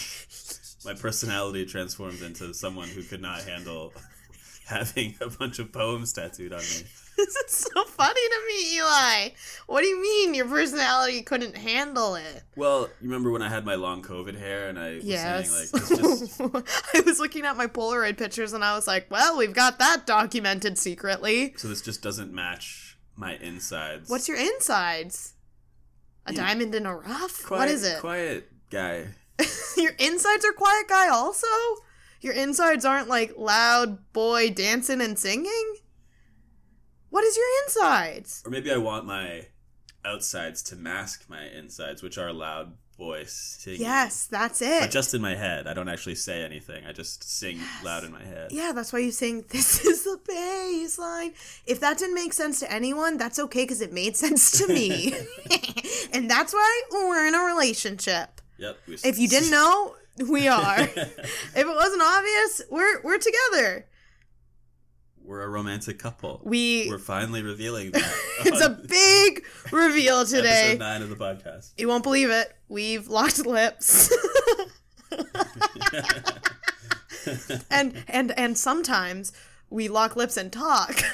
Speaker 2: my personality transformed into someone who could not handle having a bunch of poems tattooed on me.
Speaker 3: This is so funny to me, Eli. What do you mean your personality couldn't handle it?
Speaker 2: Well, you remember when I had my long COVID hair and I was
Speaker 3: Yes.
Speaker 2: saying like it's just
Speaker 3: I was looking at my Polaroid pictures and I was like, well, we've got that documented secretly.
Speaker 2: so this just doesn't match my insides.
Speaker 3: What's your insides? A diamond in a rough? what is it?
Speaker 2: Quiet guy.
Speaker 3: your insides are quiet guy also? Your insides aren't like loud boy dancing and singing? What is your insides?
Speaker 2: Or maybe I want my outsides to mask my insides, which are loud voice singing.
Speaker 3: Yes, that's
Speaker 2: But
Speaker 3: it.
Speaker 2: just in my head. I don't actually say anything. I just sing loud in my head.
Speaker 3: yeah, that's why you sing, This is the baseline. If that didn't make sense to anyone, that's okay because it made sense to me. and that's why we're in a relationship.
Speaker 2: Yep. we-
Speaker 3: If you didn't know, we are. if it wasn't obvious, we're we're together.
Speaker 2: We're a romantic couple.
Speaker 3: We-
Speaker 2: We're finally revealing that.
Speaker 3: It's a big reveal today.
Speaker 2: Episode 9 of the podcast.
Speaker 3: You won't believe it. We've locked lips. and and and sometimes we lock lips and talk.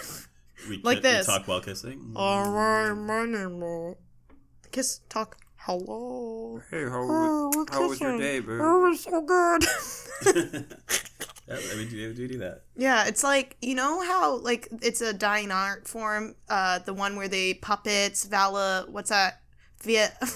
Speaker 2: We,
Speaker 3: Like
Speaker 2: could-
Speaker 3: this.
Speaker 2: We talk while kissing.
Speaker 3: All right, my name. is- Kiss, talk, hello.
Speaker 2: Hey, how,
Speaker 3: we're
Speaker 2: how was your day, boo?
Speaker 3: Oh, we're so good.
Speaker 2: Yeah, I mean, do, do do that.
Speaker 3: yeah, it's like you know how like it's a dying art form. Uh, the one where they puppets, Vala. What's that? Via.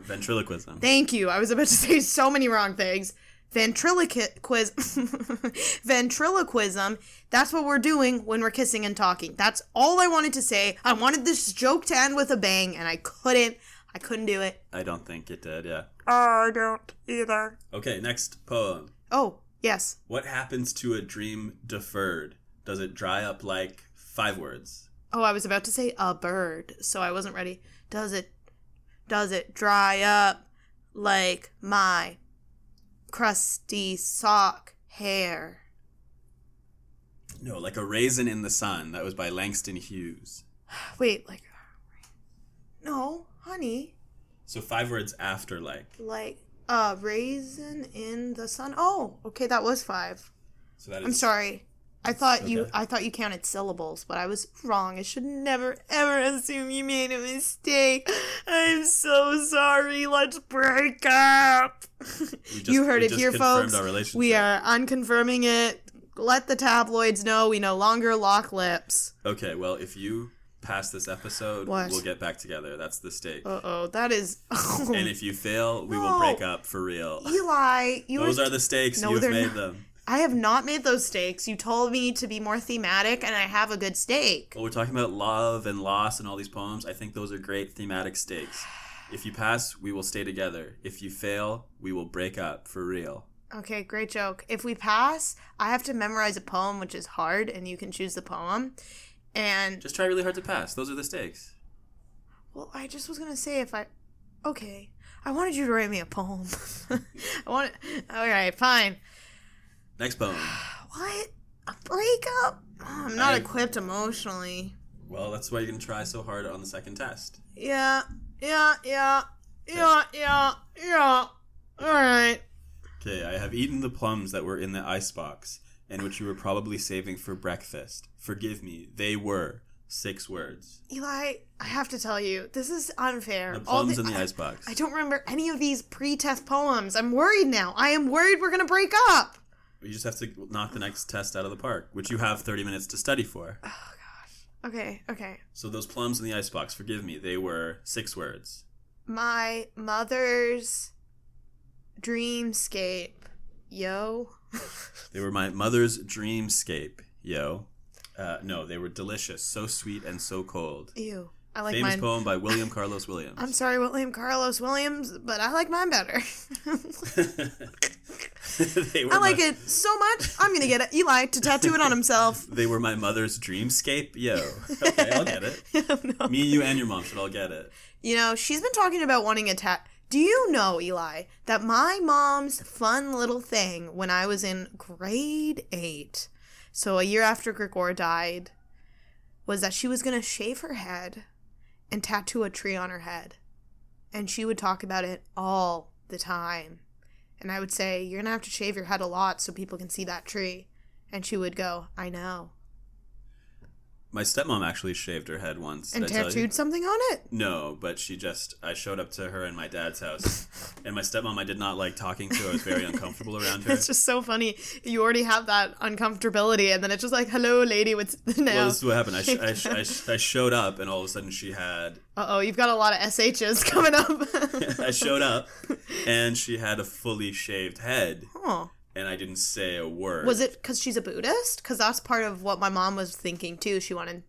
Speaker 2: Ventriloquism.
Speaker 3: Thank you. I was about to say so many wrong things. Ventriloquism. Ventriloquism. That's what we're doing when we're kissing and talking. That's all I wanted to say. I wanted this joke to end with a bang, and I couldn't. I couldn't do it.
Speaker 2: I don't think it did, yeah.
Speaker 3: Uh, I don't either.
Speaker 2: Okay, next poem.
Speaker 3: Oh, yes.
Speaker 2: What happens to a dream deferred? Does it dry up like five words?
Speaker 3: Oh, I was about to say a bird, so I wasn't ready. Does it does it dry up like my crusty sock hair?
Speaker 2: No, like a raisin in the sun. That was by Langston Hughes.
Speaker 3: Wait, like No, honey.
Speaker 2: So five words after like.
Speaker 3: Like a raisin in the sun. Oh, okay, that was 5.
Speaker 2: So that is
Speaker 3: I'm sorry. I thought you
Speaker 2: okay.
Speaker 3: I thought you counted syllables, but I was wrong. I should never ever assume you made a mistake. I'm so sorry. Let's break up.
Speaker 2: just-
Speaker 3: you heard
Speaker 2: we
Speaker 3: it
Speaker 2: just
Speaker 3: here,
Speaker 2: confirmed
Speaker 3: folks.
Speaker 2: our relationship.
Speaker 3: we are unconfirming it. Let the tabloids know we no longer lock lips.
Speaker 2: Okay, well, if you pass this episode,
Speaker 3: What?
Speaker 2: we'll get back together. That's the stake.
Speaker 3: Uh oh, that is.
Speaker 2: and if you fail, we
Speaker 3: No.
Speaker 2: will break up for real.
Speaker 3: Eli, you
Speaker 2: Those
Speaker 3: were-
Speaker 2: are the stakes.
Speaker 3: No,
Speaker 2: You've
Speaker 3: they're
Speaker 2: made
Speaker 3: not.
Speaker 2: them.
Speaker 3: I have not made those stakes. You told me to be more thematic, and I have a good stake.
Speaker 2: Well, we're talking about love and loss and all these poems. I think those are great thematic stakes. If you pass, we will stay together. If you fail, we will break up for real.
Speaker 3: Okay, great joke. If we pass, I have to memorize a poem, which is hard, and you can choose the poem. And
Speaker 2: Just try really hard to pass. Those are the stakes.
Speaker 3: well, I just was gonna say if I, okay, I wanted you to write me a poem. I want. All right, fine.
Speaker 2: Next poem.
Speaker 3: What? A breakup? Oh, I'm not
Speaker 2: I-
Speaker 3: equipped emotionally.
Speaker 2: Well, that's why you're gonna try so hard on the second test.
Speaker 3: Yeah, yeah, yeah, yeah, yeah, yeah. All right.
Speaker 2: Okay, I have eaten the plums that were in the icebox, and which you were probably saving for breakfast. Forgive me, they were. six words.
Speaker 3: Eli, I have to tell you, this is unfair.
Speaker 2: The
Speaker 3: All
Speaker 2: plums in the
Speaker 3: I-
Speaker 2: icebox.
Speaker 3: I don't remember any of these pre-test poems. I'm worried now. I am worried we're gonna break up.
Speaker 2: You just have to knock the next test out of the park, which you have 30 minutes to study for.
Speaker 3: Okay, okay.
Speaker 2: So those plums in the icebox, forgive me, they were six words.
Speaker 3: My mother's dreamscape, yo.
Speaker 2: They were my mother's dreamscape, yo. Uh, no, they were delicious, so sweet and so cold.
Speaker 3: Ew. I like
Speaker 2: Famous
Speaker 3: mine.
Speaker 2: poem by William Carlos Williams.
Speaker 3: I'm sorry, William Carlos Williams, but I like mine better.
Speaker 2: they were
Speaker 3: I like
Speaker 2: my,
Speaker 3: it so much. I'm gonna get Eli to tattoo it on himself.
Speaker 2: They were my mother's dreamscape, yo. Okay, I'll get it.
Speaker 3: Oh,
Speaker 2: Me, you, and your mom should all get it.
Speaker 3: You know, she's been talking about wanting a tat. Do you know, Eli, that my mom's fun little thing when I was in grade eight, so a year after Gregor died, was that she was going to shave her head and tattoo a tree on her head. And she would talk about it all the time. And I would say, You're going to have to shave your head a lot so people can see that tree. And she would go, I know.
Speaker 2: My stepmom actually shaved her head once.
Speaker 3: And
Speaker 2: did I tell you?
Speaker 3: tattooed something on it.
Speaker 2: No, but she just I showed up to her in my dad's house. and my stepmom I did not like talking to. I was very uncomfortable around her.
Speaker 3: It's just so funny. You already have that uncomfortability, and then it's just like, "Hello, lady." What's
Speaker 2: Well,
Speaker 3: now?
Speaker 2: this is what happened. I, sh- I, sh- I, sh- I showed up, and all of a sudden she had.
Speaker 3: uh oh, you've got a lot of shs coming up.
Speaker 2: I showed up, and she had a fully shaved head,
Speaker 3: oh.
Speaker 2: and I didn't say a word.
Speaker 3: Was it because she's a Buddhist? Because that's part of what my mom was thinking too. She wanted.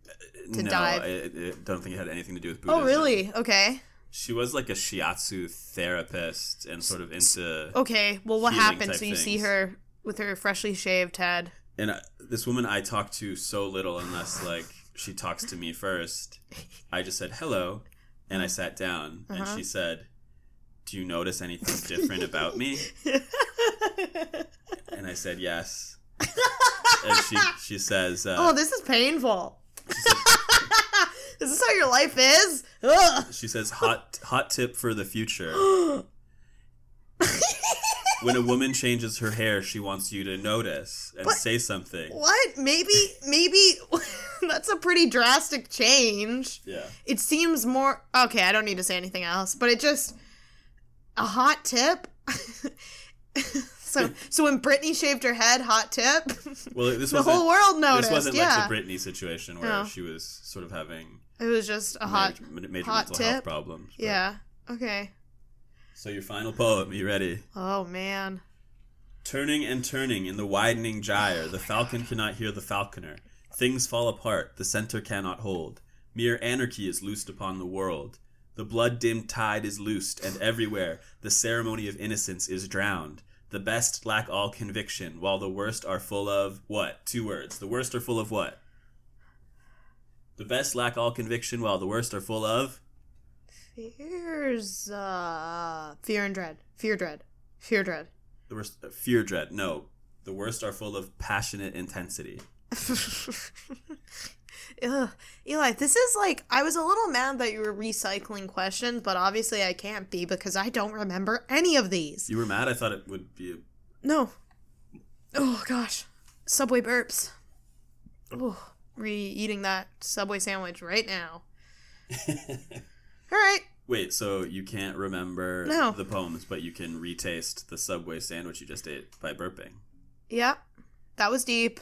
Speaker 3: to
Speaker 2: no,
Speaker 3: dive?
Speaker 2: I, I don't think it had anything to do with Buddhism.
Speaker 3: Oh, really?
Speaker 2: um,
Speaker 3: Okay.
Speaker 2: She was like a shiatsu therapist and sort of into.
Speaker 3: Okay. Well, what
Speaker 2: Healing
Speaker 3: happened?
Speaker 2: type
Speaker 3: So you see
Speaker 2: things.
Speaker 3: her with her freshly shaved head.
Speaker 2: and I, this woman I talk to so little unless like she talks to me first. I just said hello, and I sat down,
Speaker 3: Uh-huh.
Speaker 2: and she said, "Do you notice anything different about me?" and I said yes, and she she says, uh,
Speaker 3: Oh, this is painful. is this how your life is? Ugh.
Speaker 2: she says hot hot tip for the future. when a woman changes her hair, she wants you to notice and say something.
Speaker 3: What? Maybe. Maybe. that's a pretty drastic change.
Speaker 2: Yeah.
Speaker 3: it seems more okay i don't need to say anything else but it just a hot tip so so when brittany shaved her head hot tip
Speaker 2: Well, this
Speaker 3: The
Speaker 2: wasn't,
Speaker 3: whole world noticed,
Speaker 2: This wasn't like
Speaker 3: yeah.
Speaker 2: the Britney situation where
Speaker 3: No.
Speaker 2: she was sort of having
Speaker 3: it was just a hot
Speaker 2: major, major
Speaker 3: hot
Speaker 2: mental health
Speaker 3: tip.
Speaker 2: problems. but-
Speaker 3: yeah okay
Speaker 2: So your final poem, you ready?
Speaker 3: oh man
Speaker 2: Turning and turning in the widening gyre, the falcon cannot hear the falconer. Things fall apart, the center cannot hold. Mere anarchy is loosed upon the world. The blood dimmed tide is loosed, and everywhere the ceremony of innocence is drowned. The best lack all conviction, while the worst are full of what? Two words. The worst are full of what? The best lack all conviction, while the worst are full of.
Speaker 3: fears uh fear and dread fear dread fear dread
Speaker 2: The worst, uh, fear, dread. No, the worst are full of passionate intensity.
Speaker 3: Ugh. Eli, this is like I was a little mad that you were recycling questions, but obviously I can't be because I don't remember any of these.
Speaker 2: You were mad. I thought it would be.
Speaker 3: No. Oh gosh. Subway burps. Oh, re-eating that Subway sandwich right now. All right.
Speaker 2: Wait, so you can't remember
Speaker 3: No.
Speaker 2: the poems, but you can retaste the Subway sandwich you just ate by burping.
Speaker 3: Yep. That was deep.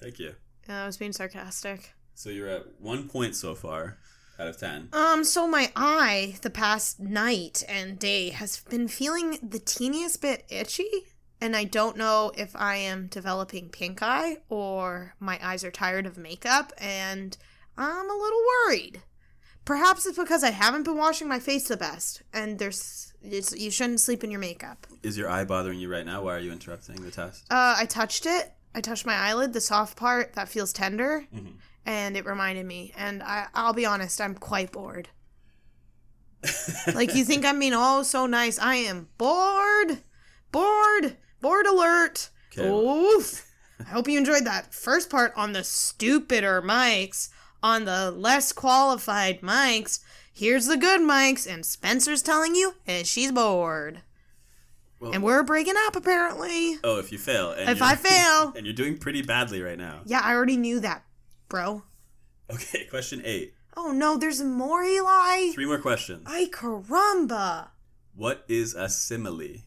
Speaker 2: Thank you.
Speaker 3: Uh, I was being sarcastic.
Speaker 2: So you're at one point so far out of ten.
Speaker 3: Um, so my eye the past night and day has been feeling the teeniest bit itchy, and I don't know if I am developing pink eye or my eyes are tired of makeup, and I'm a little worried. Perhaps it's because I haven't been washing my face the best, and there's it's, you shouldn't sleep in your makeup.
Speaker 2: Is your eye bothering you right now? Why are you interrupting the test?
Speaker 3: Uh, I touched it. I touched my eyelid, the soft part that feels tender,
Speaker 2: Mm-hmm.
Speaker 3: and it reminded me. And I, I'll be honest, I'm quite bored. like you think I'm being oh so nice, I am bored, bored, bored alert.
Speaker 2: Okay.
Speaker 3: Oof. I hope you enjoyed that first part on the stupider mics, on the less qualified mics. Here's the good mics, and Spencer's telling you, and she's bored.
Speaker 2: Well-
Speaker 3: and we're breaking up apparently.
Speaker 2: Oh, if you fail, and
Speaker 3: If
Speaker 2: you're-
Speaker 3: I fail.
Speaker 2: and you're doing pretty badly right now.
Speaker 3: Yeah, I already knew that, bro.
Speaker 2: Okay, question eight.
Speaker 3: Oh no, there's more, Eli.
Speaker 2: Three more questions.
Speaker 3: Ay caramba.
Speaker 2: What is a simile?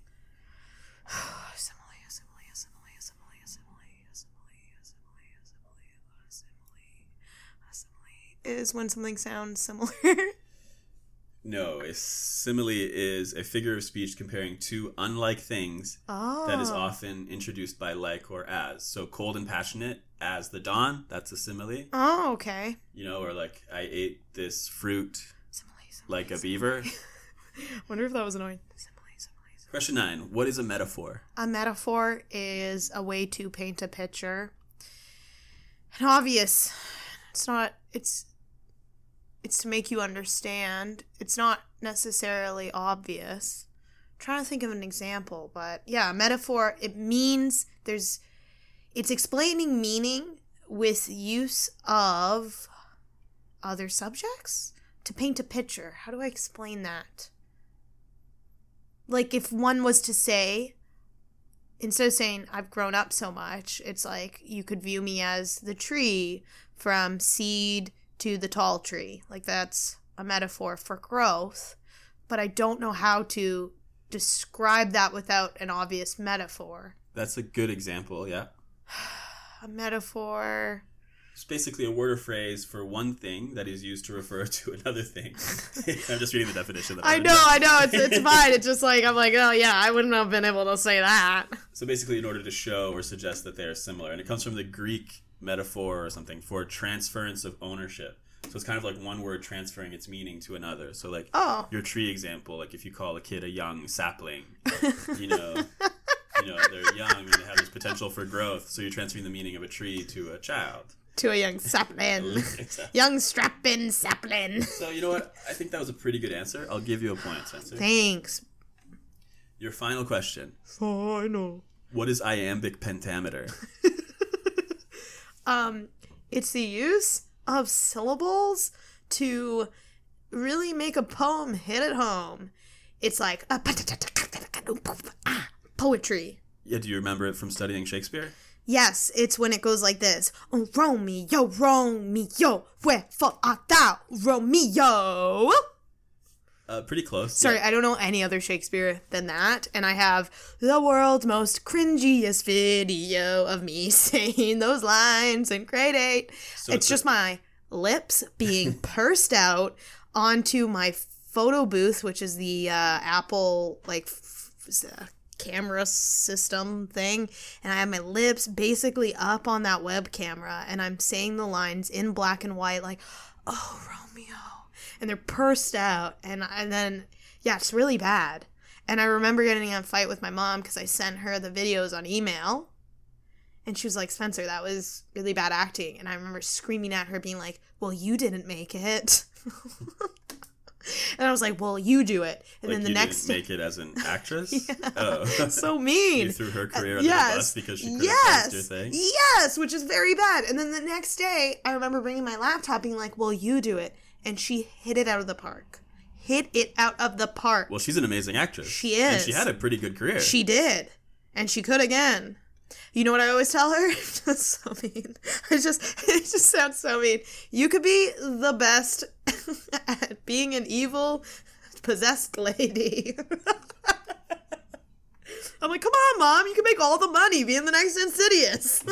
Speaker 3: Simile, simile, simile, simile, simile, simile, simile, simile, simile, simile. Is when something sounds similar.
Speaker 2: No, a simile is a figure of speech comparing two unlike things
Speaker 3: oh.
Speaker 2: that is often introduced by like or as. So cold and passionate as the dawn, that's a simile.
Speaker 3: Oh, okay.
Speaker 2: You know, or like I ate this fruit
Speaker 3: Simile, simile.
Speaker 2: like a beaver.
Speaker 3: Wonder if that was annoying.
Speaker 2: Question 9, what is a metaphor?
Speaker 3: A metaphor is a way to paint a picture. And obvious. It's not it's it's to make you understand. It's not necessarily obvious. I'm trying to think of an example, but yeah, a metaphor it means there's it's explaining meaning with use of other subjects to paint a picture. How do I explain that? Like if one was to say instead of saying I've grown up so much, it's like you could view me as the tree from seed to the tall tree. Like that's a metaphor for growth, but I don't know how to describe that without an obvious metaphor.
Speaker 2: That's a good example, yeah.
Speaker 3: A metaphor.
Speaker 2: It's basically a word or phrase for one thing that is used to refer to another thing. I'm just reading the definition. That
Speaker 3: I know, I know. It's it's fine. It's just like I'm like, oh yeah, I wouldn't have been able to say that.
Speaker 2: So basically, in order to show or suggest that they are similar, and it comes from the Greek metaphor or something for transference of ownership. So it's kind of like one word transferring its meaning to another. So like
Speaker 3: Oh.
Speaker 2: your tree example, like if you call a kid a young sapling, you know, you know they're young and they have this potential for growth. So you're transferring the meaning of a tree to a child.
Speaker 3: To a young sapling, young strapping sapling.
Speaker 2: So you know what? I think that was a pretty good answer. I'll give you a point, Spencer.
Speaker 3: Thanks.
Speaker 2: Your final question:
Speaker 3: Final.
Speaker 2: What is iambic pentameter?
Speaker 3: um, it's the use of syllables to really make a poem hit at home. It's like uh, ah, poetry.
Speaker 2: Yeah, do you remember it from studying Shakespeare?
Speaker 3: Yes, it's when it goes like this. Oh, Romeo, Romeo, wherefore art thou, Romeo?
Speaker 2: Uh, pretty close.
Speaker 3: Sorry,
Speaker 2: Yeah.
Speaker 3: I don't know any other Shakespeare than that. And I have the world's most cringiest video of me saying those lines in grade eight.
Speaker 2: it's
Speaker 3: it's
Speaker 2: a-
Speaker 3: just my lips being pursed out onto my photo booth, which is the uh, Apple like f- f- camera system thing. And I have my lips basically up on that web camera, and I'm saying the lines in black and white, like, "Oh Romeo." and they're pursed out and and then yeah it's really bad and i remember getting in a fight with my mom because i sent her the videos on email and she was like spencer that was really bad acting and i remember screaming at her being like well you didn't make it and i was like well you do it and
Speaker 2: Like
Speaker 3: then the
Speaker 2: you
Speaker 3: next
Speaker 2: didn't make it as an actress. Oh,
Speaker 3: so mean
Speaker 2: you threw her career
Speaker 3: Uh,
Speaker 2: under the bus because she criticized your thing.
Speaker 3: Yes, which is very bad. And then the next day, I remember bringing my laptop, being like, "Well, you do it," and she hit it out of the park. Hit it out of the park.
Speaker 2: Well, she's an amazing actress.
Speaker 3: She
Speaker 2: And
Speaker 3: is.
Speaker 2: she had a pretty good career.
Speaker 3: she did, and she could again. You know what I always tell her? That's so mean. It just it just sounds so mean. You could be the best at being an evil possessed lady. I'm like, come on, mom, you can make all the money being the next Insidious.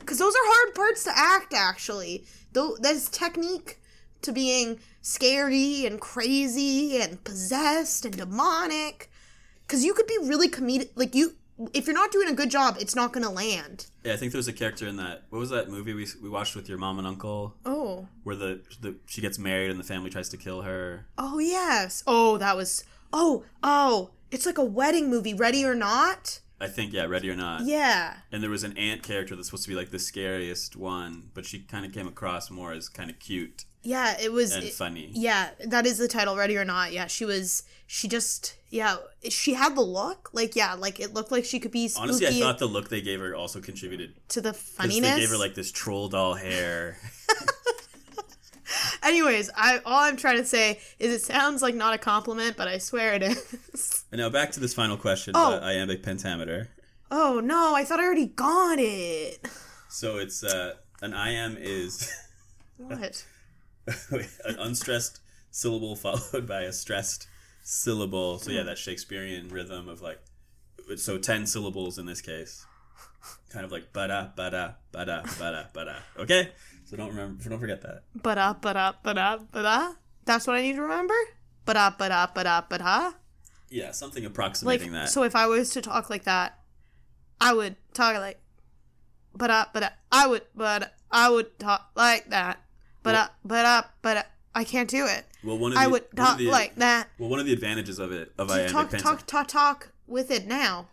Speaker 3: Because those are hard parts to act, actually. Though There's technique to being scary and crazy and possessed and demonic. Because you could be really comedic. Like, you, if you're not doing a good job, it's not going to land.
Speaker 2: Yeah, I think there was a character in that. What was that movie we, we watched with your mom and uncle,
Speaker 3: Oh.
Speaker 2: where the, the she gets married and the family tries to kill her?
Speaker 3: Oh, yes. Oh, that was. Oh, oh. It's like a wedding movie, Ready or Not.
Speaker 2: I think yeah, Ready or Not.
Speaker 3: Yeah.
Speaker 2: And there was an aunt character that's supposed to be like the scariest one, but she kind of came across more as kind of cute
Speaker 3: Yeah, it was.
Speaker 2: and
Speaker 3: it-
Speaker 2: funny.
Speaker 3: Yeah, that is the title, Ready or Not. Yeah, she was. She just. Yeah, she had the look. Like, yeah, like it looked like she could be spooky
Speaker 2: Honestly, I thought the look they gave her also contributed
Speaker 3: to the
Speaker 2: because
Speaker 3: funniness.
Speaker 2: they gave her like this troll doll hair.
Speaker 3: Anyways, I all I'm trying to say is it sounds like not a compliment, but I swear it is.
Speaker 2: and now back to this final question
Speaker 3: Oh.
Speaker 2: about iambic pentameter.
Speaker 3: oh no, I thought I already got it.
Speaker 2: So it's uh, An IM is
Speaker 3: What?
Speaker 2: an unstressed syllable followed by a stressed syllable.
Speaker 3: Hmm.
Speaker 2: So yeah, that Shakespearean rhythm of like so ten syllables in this case. Kind of like ba da ba da ba da ba da ba da. Okay? So don't remember don't forget that.
Speaker 3: Ba da ba da ba da ba da. That's what I need to remember. Ba da ba da ba da ba da.
Speaker 2: Yeah, something
Speaker 3: Like
Speaker 2: approximating that.
Speaker 3: so, if I was to talk like that, I would talk like ba da ba da. I would but I would talk like that. Ba da ba da ba da. I can't do it.
Speaker 2: well one of the,
Speaker 3: I would
Speaker 2: one of
Speaker 3: talk
Speaker 2: the-
Speaker 3: like that.
Speaker 2: Well one of the advantages of it of I
Speaker 3: Just talk talk talk talk with it now.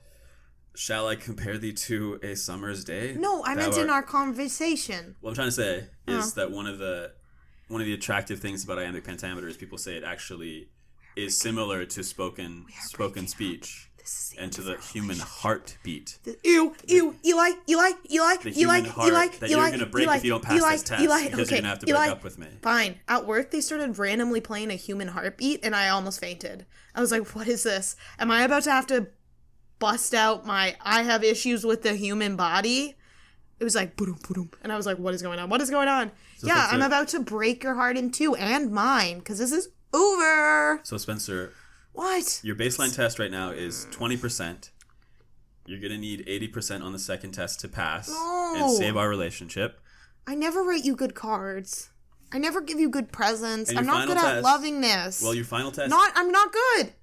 Speaker 2: Shall I compare thee to a summer's day?
Speaker 3: No, I
Speaker 2: Thou
Speaker 3: meant
Speaker 2: art-
Speaker 3: in our conversation.
Speaker 2: What I'm trying to say
Speaker 3: Uh-huh.
Speaker 2: is that one of the one of the attractive things about iambic pentameter is people say it actually is similar to spoken spoken speech and to the human heartbeat.
Speaker 3: Ew, ew, Eli, Eli, Eli,
Speaker 2: The
Speaker 3: Eli,
Speaker 2: human heart
Speaker 3: Eli,
Speaker 2: that
Speaker 3: Eli,
Speaker 2: you're gonna break
Speaker 3: Eli,
Speaker 2: if you don't pass
Speaker 3: Eli,
Speaker 2: this test
Speaker 3: Eli,
Speaker 2: because you're
Speaker 3: okay,
Speaker 2: gonna have to break
Speaker 3: Eli.
Speaker 2: up with me.
Speaker 3: Fine. At work, they started randomly playing a human heartbeat, and I almost fainted. I was like, "What is this? Am I about to have to bust out my I have issues with the human body?" It was like, boom, boom, and I was like, "What is going on? What is going on?" yeah,
Speaker 2: that's
Speaker 3: I'm
Speaker 2: it.
Speaker 3: about to break your heart in two and mine because this is over.
Speaker 2: So Spencer,
Speaker 3: What?
Speaker 2: your baseline test right now
Speaker 3: Mm.
Speaker 2: is 20%. You're going to need 80% on the second test to pass and
Speaker 3: No.
Speaker 2: save our relationship.
Speaker 3: I never write you good cards. I never give you good presents.
Speaker 2: And
Speaker 3: I'm
Speaker 2: your
Speaker 3: not
Speaker 2: final
Speaker 3: good at
Speaker 2: test-
Speaker 3: loving this.
Speaker 2: Well, your final test
Speaker 3: not I'm not good.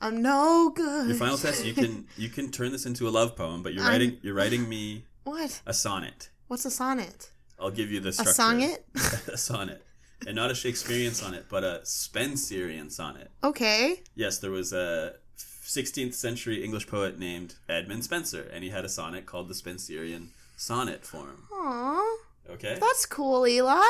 Speaker 3: I'm no good.
Speaker 2: your final test you can you can turn this into a love poem, but you're writing you're writing me
Speaker 3: What?
Speaker 2: a sonnet.
Speaker 3: What's a sonnet?
Speaker 2: I'll give you the
Speaker 3: A
Speaker 2: structure.
Speaker 3: sonnet?
Speaker 2: a sonnet. And not a Shakespearean sonnet, but a Spencerian sonnet.
Speaker 3: Okay.
Speaker 2: Yes, there was a 16th century English poet named Edmund Spencer, and he had a sonnet called the Spencerian sonnet form.
Speaker 3: Aw.
Speaker 2: Okay?
Speaker 3: That's cool, Eli.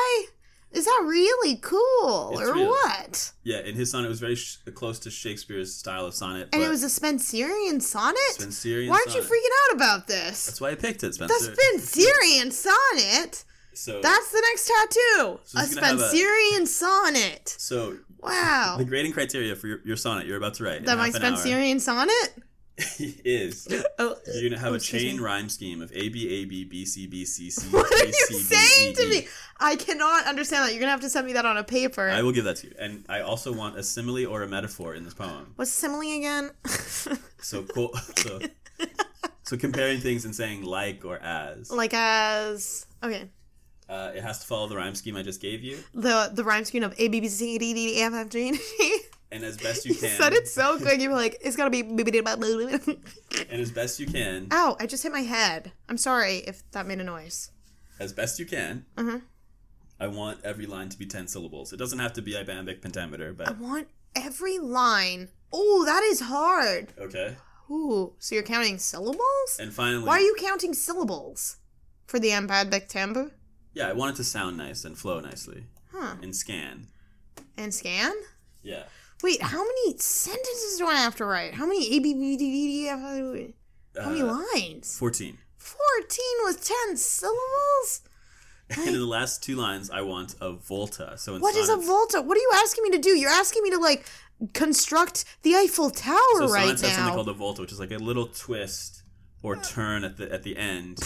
Speaker 3: Is that really cool
Speaker 2: It's
Speaker 3: or
Speaker 2: real.
Speaker 3: what?
Speaker 2: yeah, and his sonnet was very sh- close to Shakespeare's style of sonnet.
Speaker 3: And
Speaker 2: but
Speaker 3: it was a Spencerian sonnet?
Speaker 2: Spencerian
Speaker 3: Why aren't
Speaker 2: sonnet.
Speaker 3: you freaking out about this?
Speaker 2: That's why I picked it, Spencer.
Speaker 3: The Spencerian sonnet?
Speaker 2: so,
Speaker 3: That's the next tattoo.
Speaker 2: So
Speaker 3: a
Speaker 2: he's gonna have a-
Speaker 3: Spencerian sonnet.
Speaker 2: so
Speaker 3: Wow.
Speaker 2: the grading criteria for your, your sonnet you're about to write in
Speaker 3: That my
Speaker 2: half an hour
Speaker 3: Spencerian sonnet?
Speaker 2: is
Speaker 3: Oh,
Speaker 2: you're gonna have
Speaker 3: oh,
Speaker 2: a
Speaker 3: excuse
Speaker 2: chain
Speaker 3: me.
Speaker 2: rhyme scheme of A B A B B C B C C. E
Speaker 3: What are you saying to me? I cannot understand that. You're gonna have to send me that on a paper.
Speaker 2: I will give that to you. And I also want a simile or a metaphor in this poem.
Speaker 3: What's simile again?
Speaker 2: So cool. So, so comparing things and saying like or as.
Speaker 3: like as okay,
Speaker 2: Uh, it has to follow the rhyme scheme I just gave you,
Speaker 3: the the rhyme scheme of A B B C D D E F F G.
Speaker 2: and as best you
Speaker 3: You
Speaker 2: can.
Speaker 3: said it so good. You were like, it's gotta be.
Speaker 2: And as best you can,
Speaker 3: Ow! I just hit my head. I'm sorry if that made a noise.
Speaker 2: as best you can.
Speaker 3: Uh-huh.
Speaker 2: I want every line to be ten syllables. It doesn't have to be iambic pentameter,
Speaker 3: I
Speaker 2: but
Speaker 3: want every line. Oh, that is hard.
Speaker 2: okay.
Speaker 3: Ooh, so you're counting syllables?
Speaker 2: And finally,
Speaker 3: Why are you counting syllables for the Ambadbek Tambu
Speaker 2: Yeah, I want it to sound nice and flow nicely
Speaker 3: Huh.
Speaker 2: and scan.
Speaker 3: and scan?
Speaker 2: Yeah.
Speaker 3: Wait, how many sentences do I have to write? How many A B B D D D E, F? How many
Speaker 2: Uh,
Speaker 3: lines?
Speaker 2: 14.
Speaker 3: Fourteen with ten syllables.
Speaker 2: And in the last two lines, I want a volta. So in
Speaker 3: What is a
Speaker 2: sonnets-
Speaker 3: volta? What are you asking me to do? You're asking me to like construct the Eiffel Tower
Speaker 2: So
Speaker 3: right
Speaker 2: sonnets have something
Speaker 3: now.
Speaker 2: called a volta, which is like a little twist or turn at the at the end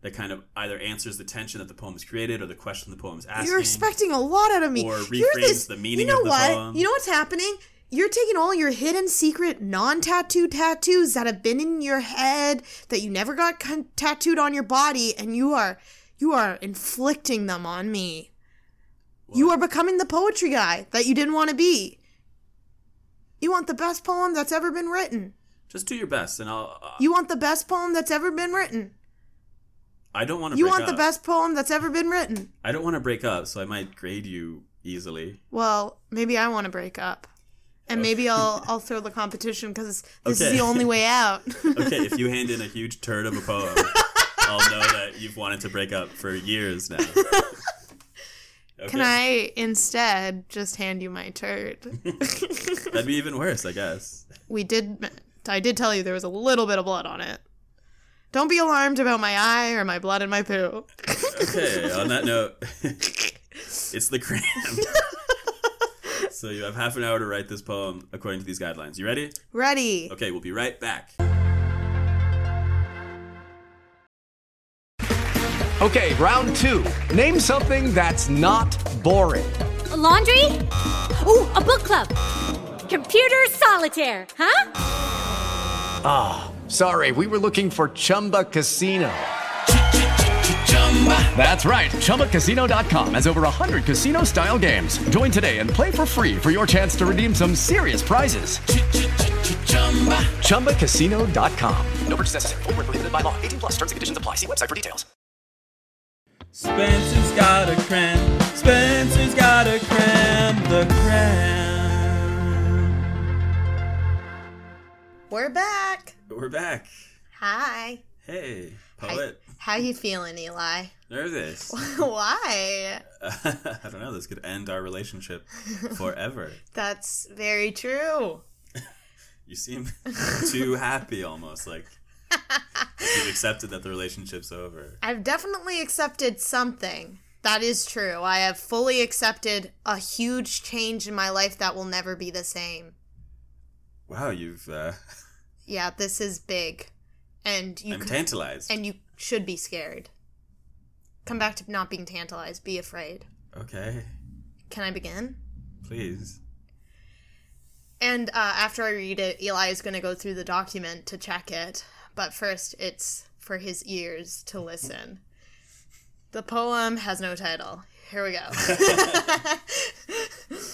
Speaker 2: that kind of either answers the tension that the poem is created or the question the poem is asking.
Speaker 3: You're expecting a lot out of me.
Speaker 2: or
Speaker 3: You're
Speaker 2: reframes
Speaker 3: this,
Speaker 2: the
Speaker 3: you
Speaker 2: meaning
Speaker 3: know
Speaker 2: of the
Speaker 3: what?
Speaker 2: poem.
Speaker 3: You know what's happening? You're taking all your hidden, secret, non-tattoo tattoos that have been in your head that you never got con- tattooed on your body, and you are you are inflicting them on me. You are becoming the poetry guy that you didn't want to be. You want the best poem that's ever been written.
Speaker 2: Just do your best, and I'll. Uh,
Speaker 3: You want the best poem that's ever been written.
Speaker 2: I don't want to.
Speaker 3: You
Speaker 2: break
Speaker 3: want the
Speaker 2: up.
Speaker 3: best poem that's ever been written.
Speaker 2: I don't want to break up, so I might grade you easily.
Speaker 3: Well, maybe I want to break up. And maybe I'll I'll throw the competition because this is
Speaker 2: Okay.
Speaker 3: the only way out.
Speaker 2: Okay, if you hand in a huge turd of a poem, I'll know that you've wanted to break up for years now.
Speaker 3: Can I instead just hand you my turd?
Speaker 2: That'd be even worse, I guess.
Speaker 3: we did. I did tell you there was a little bit of blood on it. Don't be alarmed about my eye or my blood and my poo.
Speaker 2: Okay, on that note, it's the cram. so you have half an hour to write this poem according to these guidelines. You ready?
Speaker 3: Ready?
Speaker 2: Okay, we'll be right back.
Speaker 6: Okay, round two. Name something that's not boring.
Speaker 7: laundry? Ooh, a book club. Computer solitaire, huh?
Speaker 6: Ah, sorry, we were looking for Chumba Casino. That's right, ChumbaCasino.com has over 100 casino style games. Join today and play for free for your chance to redeem some serious prizes. ChumbaCasino.com. No purchase necessary, forward prohibited by law, 18 plus terms and conditions apply. See website for details.
Speaker 5: Spencer's got a cram. Spencer's got a cram. The cram.
Speaker 3: We're back.
Speaker 2: We're back.
Speaker 3: Hi.
Speaker 2: Hey, poet.
Speaker 3: How you feeling, Eli?
Speaker 2: Nervous.
Speaker 3: Why?
Speaker 2: I don't know. This could end our relationship forever.
Speaker 3: That's very true.
Speaker 2: You seem too happy almost. Like you've accepted that the relationship's over.
Speaker 3: I've definitely accepted something. That is true. I have fully accepted a huge change in my life that will never be the same.
Speaker 2: Wow, you've. Uh,
Speaker 3: Yeah, this is big. And you
Speaker 2: I'm
Speaker 3: could-
Speaker 2: tantalized.
Speaker 3: and you should be scared. Come back to not being tantalized, be afraid.
Speaker 2: okay,
Speaker 3: Can I begin?
Speaker 2: please.
Speaker 3: And uh, after I read it, Eli is going to go through the document to check it. But first, it's for his ears to listen. The poem has no title. Here we go.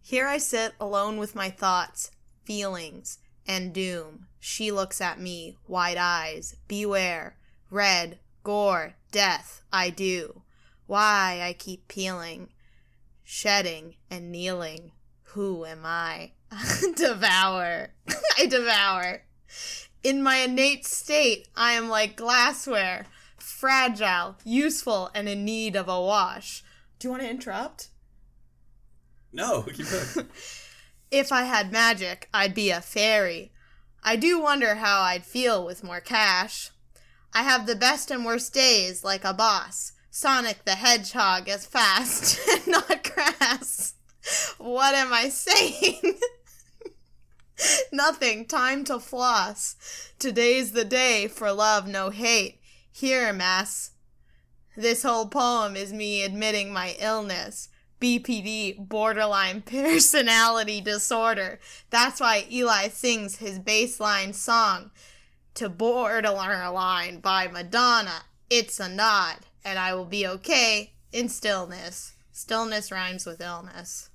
Speaker 3: Here I sit alone with my thoughts, feelings, and doom. She looks at me, wide eyes. Beware. Red, gore, death, I do. Why I keep peeling, shedding, and kneeling. Who am I? devour. I devour. In my innate state, I am like glassware, fragile, useful, and in need of a wash. Do you want to interrupt?
Speaker 2: No, keep going.
Speaker 3: If I had magic, I'd be a fairy. I do wonder how I'd feel with more cash. I have the best and worst days like a boss. Sonic the Hedgehog is fast and not grass. What am I saying? Nothing, time to floss. Today's the day for love, no hate. Here, mass. This whole poem is me admitting my illness. BPD, borderline personality disorder. That's why Eli sings his baseline song to Borderline by Madonna. It's a nod, and I will be okay in stillness. Stillness rhymes with illness.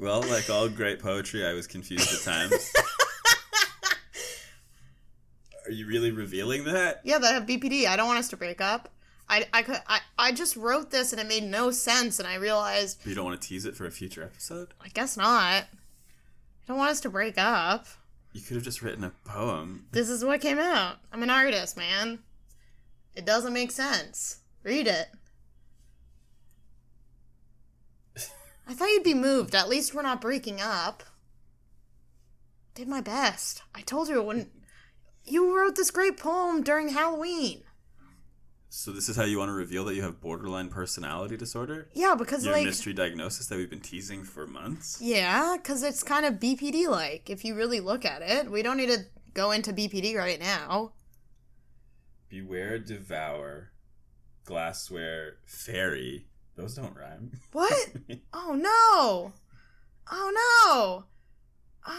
Speaker 2: well, like all great poetry, I was confused at times. Are you really revealing that?
Speaker 3: Yeah, that have BPD. I don't want us to break up. I, I, could, I, I just wrote this and it made no sense, and I realized,
Speaker 2: You don't want to tease it for a future episode?
Speaker 3: I guess not. I don't want us to break up.
Speaker 2: You could have just written a poem.
Speaker 3: This is what came out. I'm an artist, man. It doesn't make sense. Read it. I thought you'd be moved. At least we're not breaking up. Did my best. I told you it wouldn't. You wrote this great poem during Halloween.
Speaker 2: So this is how you want to reveal that you have borderline personality disorder?
Speaker 3: Yeah, because
Speaker 2: Your
Speaker 3: like
Speaker 2: mystery diagnosis that we've been teasing for months?
Speaker 3: yeah, because it's kind of BPD like. If you really look at it, we don't need to go into BPD right now.
Speaker 2: Beware, devour, glassware, fairy. Those don't rhyme.
Speaker 3: What? oh no! Oh no! Oh,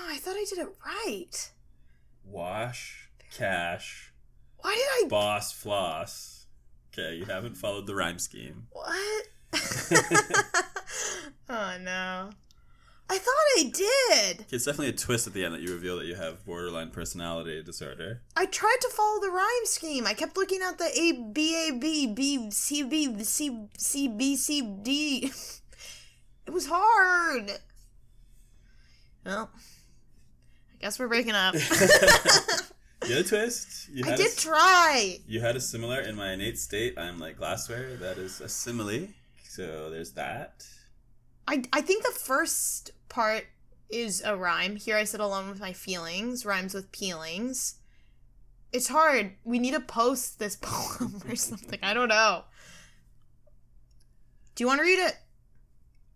Speaker 3: I thought I did it right.
Speaker 2: Wash, cash,
Speaker 3: Why did I?
Speaker 2: boss, floss. Okay, you haven't followed the rhyme scheme.
Speaker 3: What? oh no! I thought I did.
Speaker 2: It's definitely a twist at the end that you reveal that you have borderline personality disorder.
Speaker 3: I tried to follow the rhyme scheme. I kept looking at the A B A B B C B C C B C D. It was hard. Well, I guess we're breaking up.
Speaker 2: You had a twist? You
Speaker 3: I
Speaker 2: had a
Speaker 3: did
Speaker 2: s-
Speaker 3: try.
Speaker 2: You had a similar in my innate state. I'm like glassware. That is a simile. So there's that.
Speaker 3: I, I think the first part is a rhyme. Here I sit alone with my feelings, rhymes with peelings. It's hard. We need to post this poem or something. I don't know. Do you want to read it?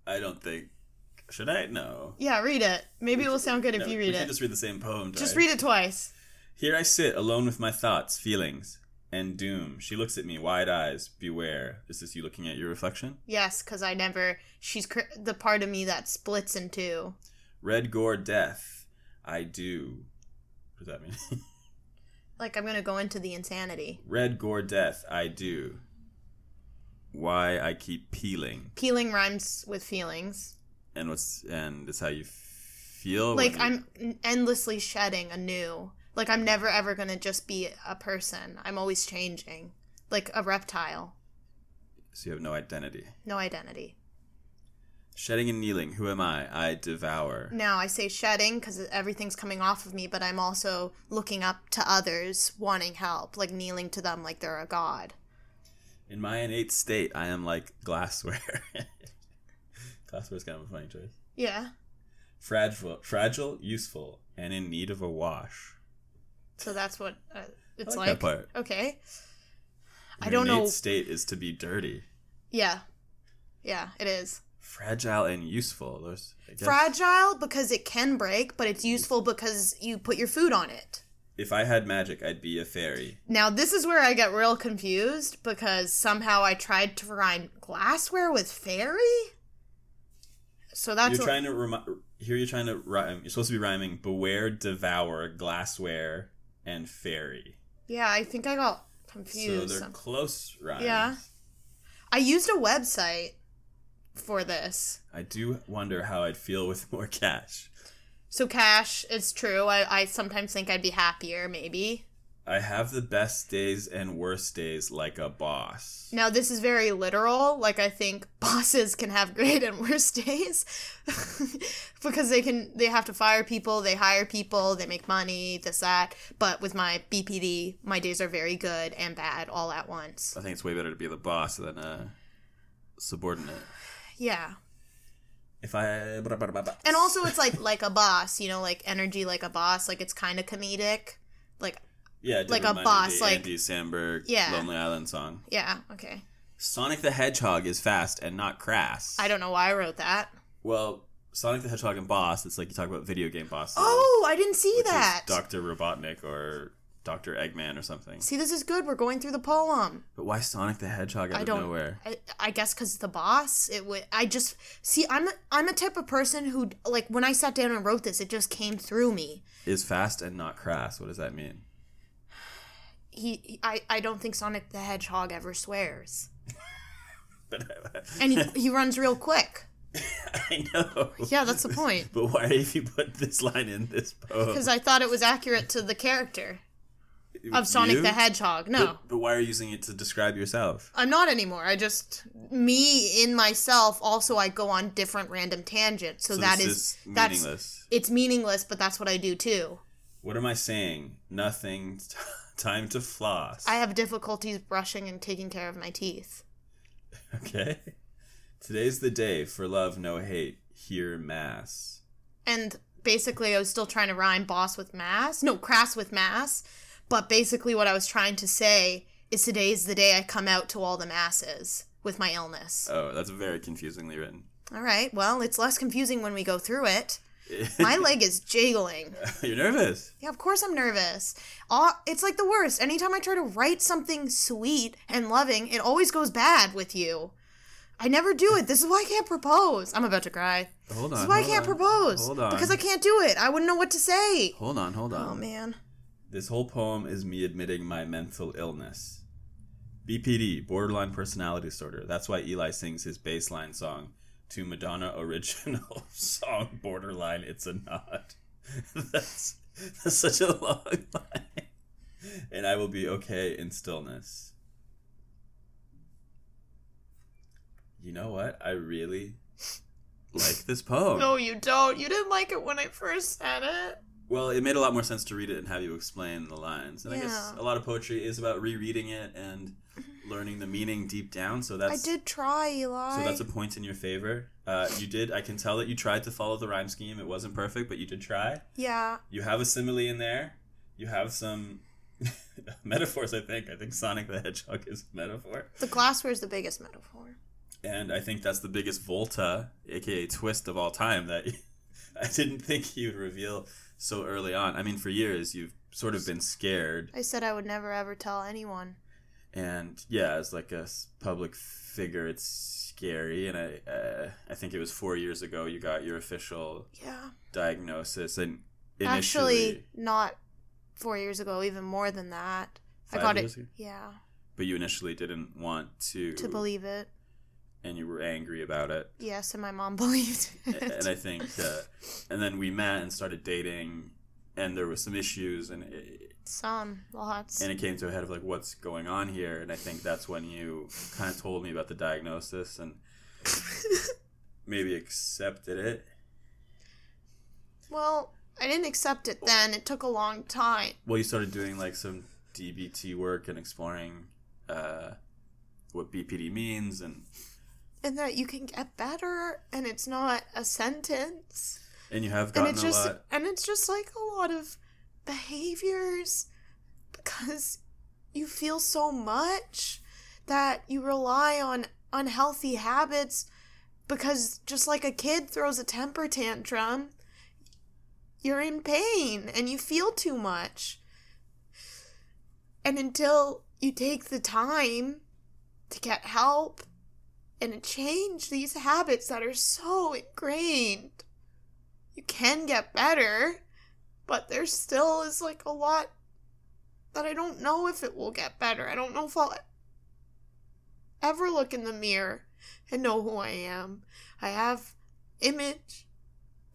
Speaker 2: I don't think Should I? No.
Speaker 3: Yeah, read it. Maybe it will sound good
Speaker 2: No,
Speaker 3: if you
Speaker 2: we
Speaker 3: read
Speaker 2: can't
Speaker 3: it.
Speaker 2: just read the same poem.
Speaker 3: Just
Speaker 2: twice.
Speaker 3: read it twice.
Speaker 2: Here I sit alone with my thoughts, feelings, and doom. She looks at me, wide eyes. Beware. Is this you looking at your reflection?
Speaker 3: Yes, because I never. She's cr- the part of me that splits in two.
Speaker 2: Red gore death. I do. What does that mean?
Speaker 3: Like I'm gonna go into the insanity.
Speaker 2: Red gore death. I do. Why I keep peeling.
Speaker 3: Peeling rhymes with feelings.
Speaker 2: And what's and it's how you feel.
Speaker 3: like
Speaker 2: when you-
Speaker 3: I'm n- endlessly shedding anew. Like I'm never ever gonna just be a person. I'm always changing, like a reptile.
Speaker 2: so you have no identity.
Speaker 3: No identity.
Speaker 2: Shedding and kneeling. Who am I? I devour.
Speaker 3: Now I say shedding because everything's coming off of me, but I'm also looking up to others, wanting help, like kneeling to them like they're a god.
Speaker 2: In my innate state, I am like glassware. Glassware's kind of a funny choice.
Speaker 3: Yeah.
Speaker 2: Fragile, fragile, useful, and in need of a wash.
Speaker 3: So that's what uh, it's
Speaker 2: like that part.
Speaker 3: Okay. I
Speaker 2: Your
Speaker 3: don't
Speaker 2: innate
Speaker 3: know.
Speaker 2: state is to be dirty,
Speaker 3: Yeah. Yeah, it is.
Speaker 2: fragile, and useful. Those I guess-
Speaker 3: Fragile because it can break, but it's useful because you put your food on it.
Speaker 2: If I had magic, I'd be a fairy.
Speaker 3: Now, this is where I get real confused because somehow I tried to rhyme glassware with fairy? So that's.
Speaker 2: you're
Speaker 3: what-
Speaker 2: trying to remi- here. You're trying to rhyme. You're supposed to be rhyming. Beware, devour, glassware, and fairy.
Speaker 3: yeah, I think I got
Speaker 2: So
Speaker 3: confused.
Speaker 2: they're close rhymes.
Speaker 3: yeah. I used a website for this.
Speaker 2: I do wonder how I'd feel with more cash.
Speaker 3: So, cash, it's true. I, I sometimes think I'd be happier, maybe.
Speaker 2: I have the best days and worst days like a boss.
Speaker 3: Now, this is very literal. Like, I think bosses can have great and worse days because they can, they have to fire people, they hire people, they make money, this, that. But with my BPD, my days are very good and bad all at once.
Speaker 2: I think it's way better to be the boss than a subordinate.
Speaker 3: Yeah.
Speaker 2: If I blah, blah, blah, blah.
Speaker 3: And also, it's like, like a boss, you know, like energy like a boss. Like, it's kind of comedic. Like,
Speaker 2: yeah, it did
Speaker 3: like a
Speaker 2: remind me of
Speaker 3: boss,
Speaker 2: the
Speaker 3: like-
Speaker 2: Andy Samberg
Speaker 3: Yeah.
Speaker 2: Lonely Island song.
Speaker 3: yeah, okay.
Speaker 2: Sonic the Hedgehog is fast and not crass.
Speaker 3: I don't know why I wrote that.
Speaker 2: Well, Sonic the Hedgehog and boss, it's like you talk about video game bosses.
Speaker 3: Oh, I didn't see that.
Speaker 2: Doctor Robotnik or Doctor Eggman or something.
Speaker 3: See, this is good. We're going through the poem.
Speaker 2: but why Sonic the Hedgehog out
Speaker 3: I
Speaker 2: of
Speaker 3: don't.
Speaker 2: nowhere?
Speaker 3: I, I guess because the boss. It would. I just see. I'm. A, I'm a type of person who like when I sat down and wrote this, it just came through me.
Speaker 2: Is fast and not crass. What does that mean?
Speaker 3: He. he- I. I don't think Sonic the Hedgehog ever swears,
Speaker 2: But
Speaker 3: and he, he runs real quick.
Speaker 2: I know.
Speaker 3: Yeah, that's the point.
Speaker 2: But why have you put this line in this poem?
Speaker 3: Because I thought it was accurate to the character of Sonic
Speaker 2: You?
Speaker 3: the Hedgehog. No.
Speaker 2: But, but why are you using it to describe yourself?
Speaker 3: I'm not anymore. I just me in myself. Also, I go on different random tangents. So,
Speaker 2: So
Speaker 3: Oh, that
Speaker 2: this
Speaker 3: is,
Speaker 2: is
Speaker 3: that's
Speaker 2: meaningless.
Speaker 3: It's meaningless, but that's what I do too.
Speaker 2: What am I saying? Nothing. T- time to floss.
Speaker 3: I have difficulties brushing and taking care of my teeth.
Speaker 2: Okay. Today's the day for love, no hate. Hear mass.
Speaker 3: And basically, I was still trying to rhyme boss with mass. No, crass with mass. But basically, what I was trying to say is today's the day I come out to all the masses with my illness.
Speaker 2: Oh, that's very confusingly written.
Speaker 3: All right, well, it's less confusing when we go through it. My leg is jiggling.
Speaker 2: You're nervous.
Speaker 3: Yeah, of course I'm nervous. Ah, it's like the worst. Anytime I try to write something sweet and loving, it always goes bad with you. I never do it. This is why I can't propose. I'm about to cry.
Speaker 2: Hold
Speaker 3: This
Speaker 2: on,
Speaker 3: is why I
Speaker 2: Uh, hold
Speaker 3: can't
Speaker 2: on,
Speaker 3: propose.
Speaker 2: hold on.
Speaker 3: Because I can't do it. I wouldn't know what to say.
Speaker 2: Hold on, hold on.
Speaker 3: Oh man.
Speaker 2: This whole poem is me admitting my mental illness. BPD, borderline personality disorder. That's why Eli sings his baseline song to Madonna original song Borderline It's a Nod. that's, that's such a long line. And I will be okay in stillness. You know what? I really like this poem.
Speaker 3: No, you don't. You didn't like it when I first said it.
Speaker 2: Well, it made a lot more sense to read it and have you explain the lines. And I guess
Speaker 3: Yeah. Mm-hmm.
Speaker 2: a lot of poetry is about rereading it and learning the meaning deep down. So
Speaker 3: I
Speaker 2: that's
Speaker 3: did try, Eli.
Speaker 2: so that's a point in your favor. Uh, you did. I can tell that you tried to follow the rhyme scheme. It wasn't perfect, but you did try.
Speaker 3: Yeah.
Speaker 2: You have a simile in there. You have some metaphors. I think. I think Sonic the Hedgehog is a metaphor,
Speaker 3: The glassware is the biggest metaphor.
Speaker 2: and I think that's the biggest volta aka twist of all time that I didn't think you would reveal so early on. I mean, for years you've sort of been scared,
Speaker 3: I said I would never ever tell anyone.
Speaker 2: and yeah, as like a s- public figure, it's scary. And I, uh, I think it was four years ago you got your official
Speaker 3: Yeah.
Speaker 2: diagnosis, and initially,
Speaker 3: Actually, not four years ago, even more than that.
Speaker 2: Five
Speaker 3: I got
Speaker 2: years
Speaker 3: it.
Speaker 2: ago?
Speaker 3: Yeah.
Speaker 2: but you initially didn't want to
Speaker 3: To believe it.
Speaker 2: and you were angry about it.
Speaker 3: Yes, and my mom believed it.
Speaker 2: and I think, uh, and then we met and started dating, and there was some issues, and it,
Speaker 3: Some, lots.
Speaker 2: and it came to a head of like, what's going on here? And I think that's when you kind of told me about the diagnosis and maybe accepted it.
Speaker 3: Well, I didn't accept it then. It took a long time.
Speaker 2: Well, you started doing like some DBT work and exploring uh, what BPD means, and
Speaker 3: And that you can get better, and it's not a sentence.
Speaker 2: and you have
Speaker 3: and
Speaker 2: gotten
Speaker 3: it's
Speaker 2: a
Speaker 3: just
Speaker 2: lot.
Speaker 3: and it's just like a lot of behaviors because you feel so much that you rely on unhealthy habits because just like a kid throws a temper tantrum you're in pain and you feel too much and until you take the time to get help and change these habits that are so ingrained you can get better, but there still is like a lot that I don't know if it will get better. I don't know if I'll ever look in the mirror and know who I am. I have image,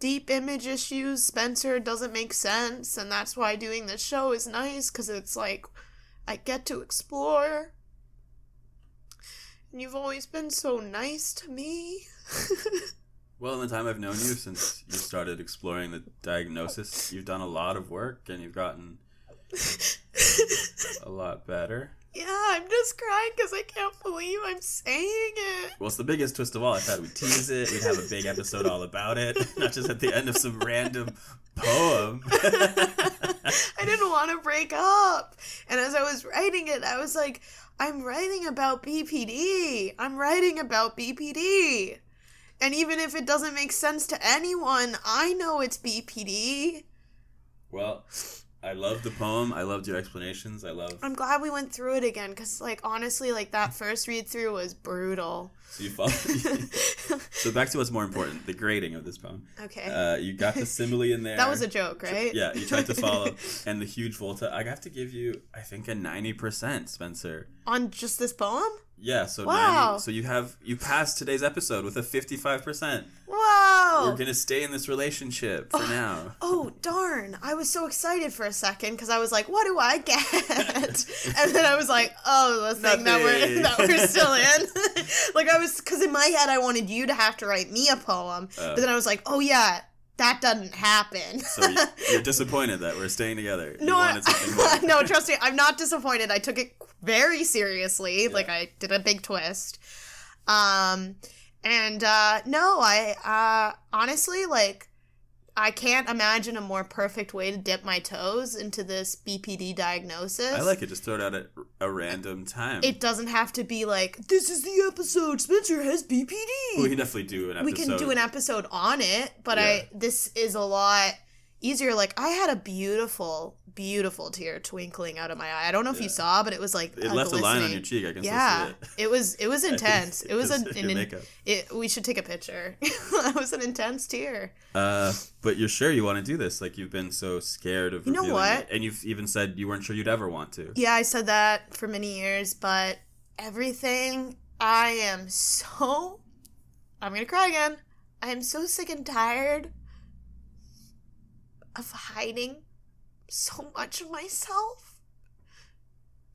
Speaker 3: deep image issues. Spencer doesn't make sense, and that's why doing this show is nice because it's like I get to explore. And you've always been so nice to me.
Speaker 2: Well, in the time I've known you since you started exploring the diagnosis, you've done a lot of work and you've gotten a lot better.
Speaker 3: Yeah, I'm just crying because I can't believe I'm saying it.
Speaker 2: Well, it's the biggest twist of all. I thought we'd tease it, we'd have a big episode all about it, not just at the end of some random poem.
Speaker 3: I didn't want to break up. And as I was writing it, I was like, I'm writing about BPD. I'm writing about BPD. And even if it doesn't make sense to anyone, I know it's BPD.
Speaker 2: Well, I loved the poem. I loved your explanations. I love.
Speaker 3: I'm glad we went through it again because, like, honestly, like that first read through was brutal.
Speaker 2: So you follow. so back to what's more important: the grading of this poem.
Speaker 3: Okay.
Speaker 2: Uh, you got the simile in there.
Speaker 3: That was a joke, right?
Speaker 2: Yeah, you tried to follow, and the huge volta. I have to give you, I think, a ninety percent, Spencer.
Speaker 3: On just this poem?
Speaker 2: Yeah, so
Speaker 3: Wow.
Speaker 2: 90, so you have you passed today's episode with a fifty-five percent.
Speaker 3: Whoa!
Speaker 2: We're gonna stay in this relationship for now.
Speaker 3: Oh, darn. I was so excited for a second because I was like, what do I get? and then I was like, oh, the thing that we're,
Speaker 1: Nothing.
Speaker 3: that we're still in. like, I was, because in my head, I wanted you to have to write me a poem.
Speaker 2: Uh.
Speaker 3: but then I was like, oh, yeah, that doesn't happen.
Speaker 2: So you, you're disappointed that we're staying together. You
Speaker 3: No, I,
Speaker 2: wanted something more.
Speaker 3: no, trust me, I'm not disappointed. I took it very seriously. Like I did a big twist. Um and uh no, I uh honestly like I can't imagine a more perfect way to dip my toes into this BPD diagnosis.
Speaker 2: I like it. Just throw it out at a random time.
Speaker 3: It doesn't have to be like this is the episode Spencer has BPD.
Speaker 2: we can definitely do an episode.
Speaker 3: We can do an episode on it, but
Speaker 2: Yeah.
Speaker 3: I this is a lot easier. Like I had a beautiful, beautiful tear twinkling out of my eye. I don't know if you saw, but it was like
Speaker 2: It
Speaker 3: uh,
Speaker 2: left a line on
Speaker 3: glistening.
Speaker 2: your cheek. I can
Speaker 3: yeah,
Speaker 2: still see it.
Speaker 3: it was it was
Speaker 2: I can
Speaker 3: intense.
Speaker 2: see
Speaker 3: It was
Speaker 2: it.
Speaker 3: an,
Speaker 2: Your
Speaker 3: an,
Speaker 2: makeup.
Speaker 3: It, we should take a picture. it was an intense tear.
Speaker 2: Uh, but you're sure you want to do this? Like you've been so scared of.
Speaker 3: You know
Speaker 2: revealing
Speaker 3: what?
Speaker 2: it, and you've even said you weren't sure you'd ever want to.
Speaker 3: Yeah, I said that for many years, but everything I am so I'm going to cry again. I am so sick and tired of hiding so much of myself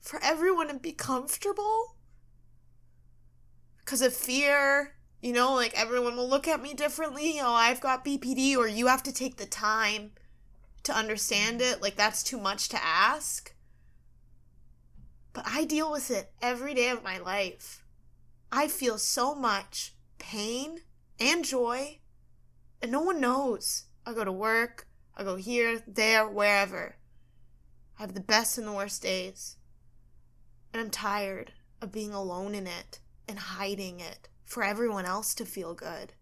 Speaker 3: for everyone to be comfortable because of fear. You know, like everyone will look at me differently. Oh, I've got BPD, or you have to take the time to understand it. Like, that's too much to ask but I deal with it every day of my life. I feel so much pain and joy, and no one knows. I go to work, I go here, there, wherever. I have the best and the worst days. And I'm tired of being alone in it and hiding it for everyone else to feel good.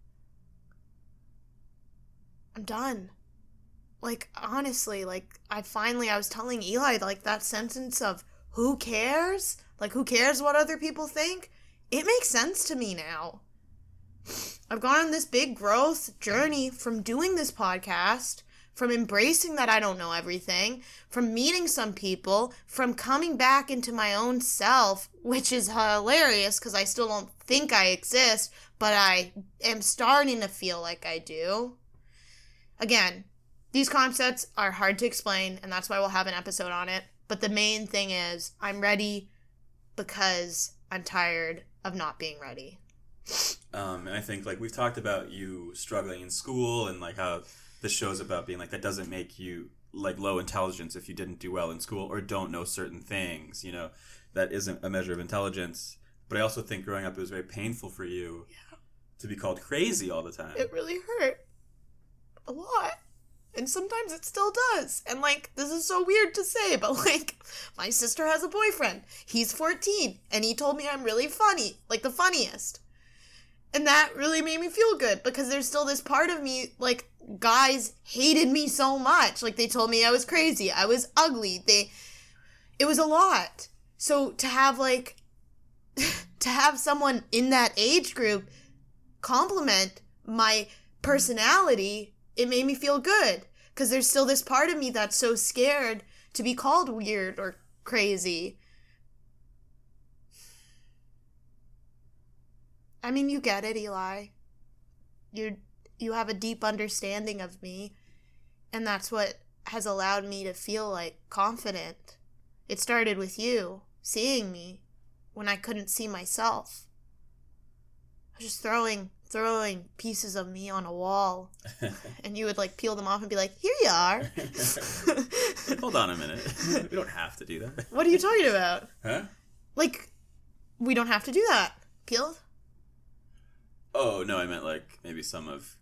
Speaker 3: I'm done. Like honestly, like I finally I was telling Eli like that sentence of who cares? Like who cares what other people think? It makes sense to me now. I've gone on this big growth journey from doing this podcast, from embracing that I don't know everything, from meeting some people, from coming back into my own self, which is hilarious because I still don't think I exist, but I am starting to feel like I do. Again, these concepts are hard to explain, and that's why we'll have an episode on it. But the main thing is, I'm ready because I'm tired of not being ready.
Speaker 2: Um, and I think like we've talked about you struggling in school and like how this show's about being like that doesn't make you like low intelligence if you didn't do well in school or don't know certain things. You know, that isn't a measure of intelligence. But I also think growing up it was very painful for you to be called crazy all the time.
Speaker 3: It really hurt a lot. And sometimes it still does. And like, this is so weird to say, but like, my sister has a boyfriend. He's 14, and he told me I'm really funny, like the funniest. And that really made me feel good because there's still this part of me, like, guys hated me so much. Like, they told me I was crazy, I was ugly. They, it was a lot. So to have like, to have someone in that age group compliment my personality, it made me feel good because there's still this part of me that's so scared to be called weird or crazy. I mean, you get it, Eli. You you have a deep understanding of me, and that's what has allowed me to feel like confident. It started with you seeing me when I couldn't see myself. I was just throwing throwing pieces of me on a wall and you would like peel them off and be like, "Here you are."
Speaker 2: Like, Hold on a minute. we don't have to do that.
Speaker 3: what are you talking about?
Speaker 2: Huh?
Speaker 3: Like, we don't have to do that. Peeled.
Speaker 2: Oh no, I meant like maybe some of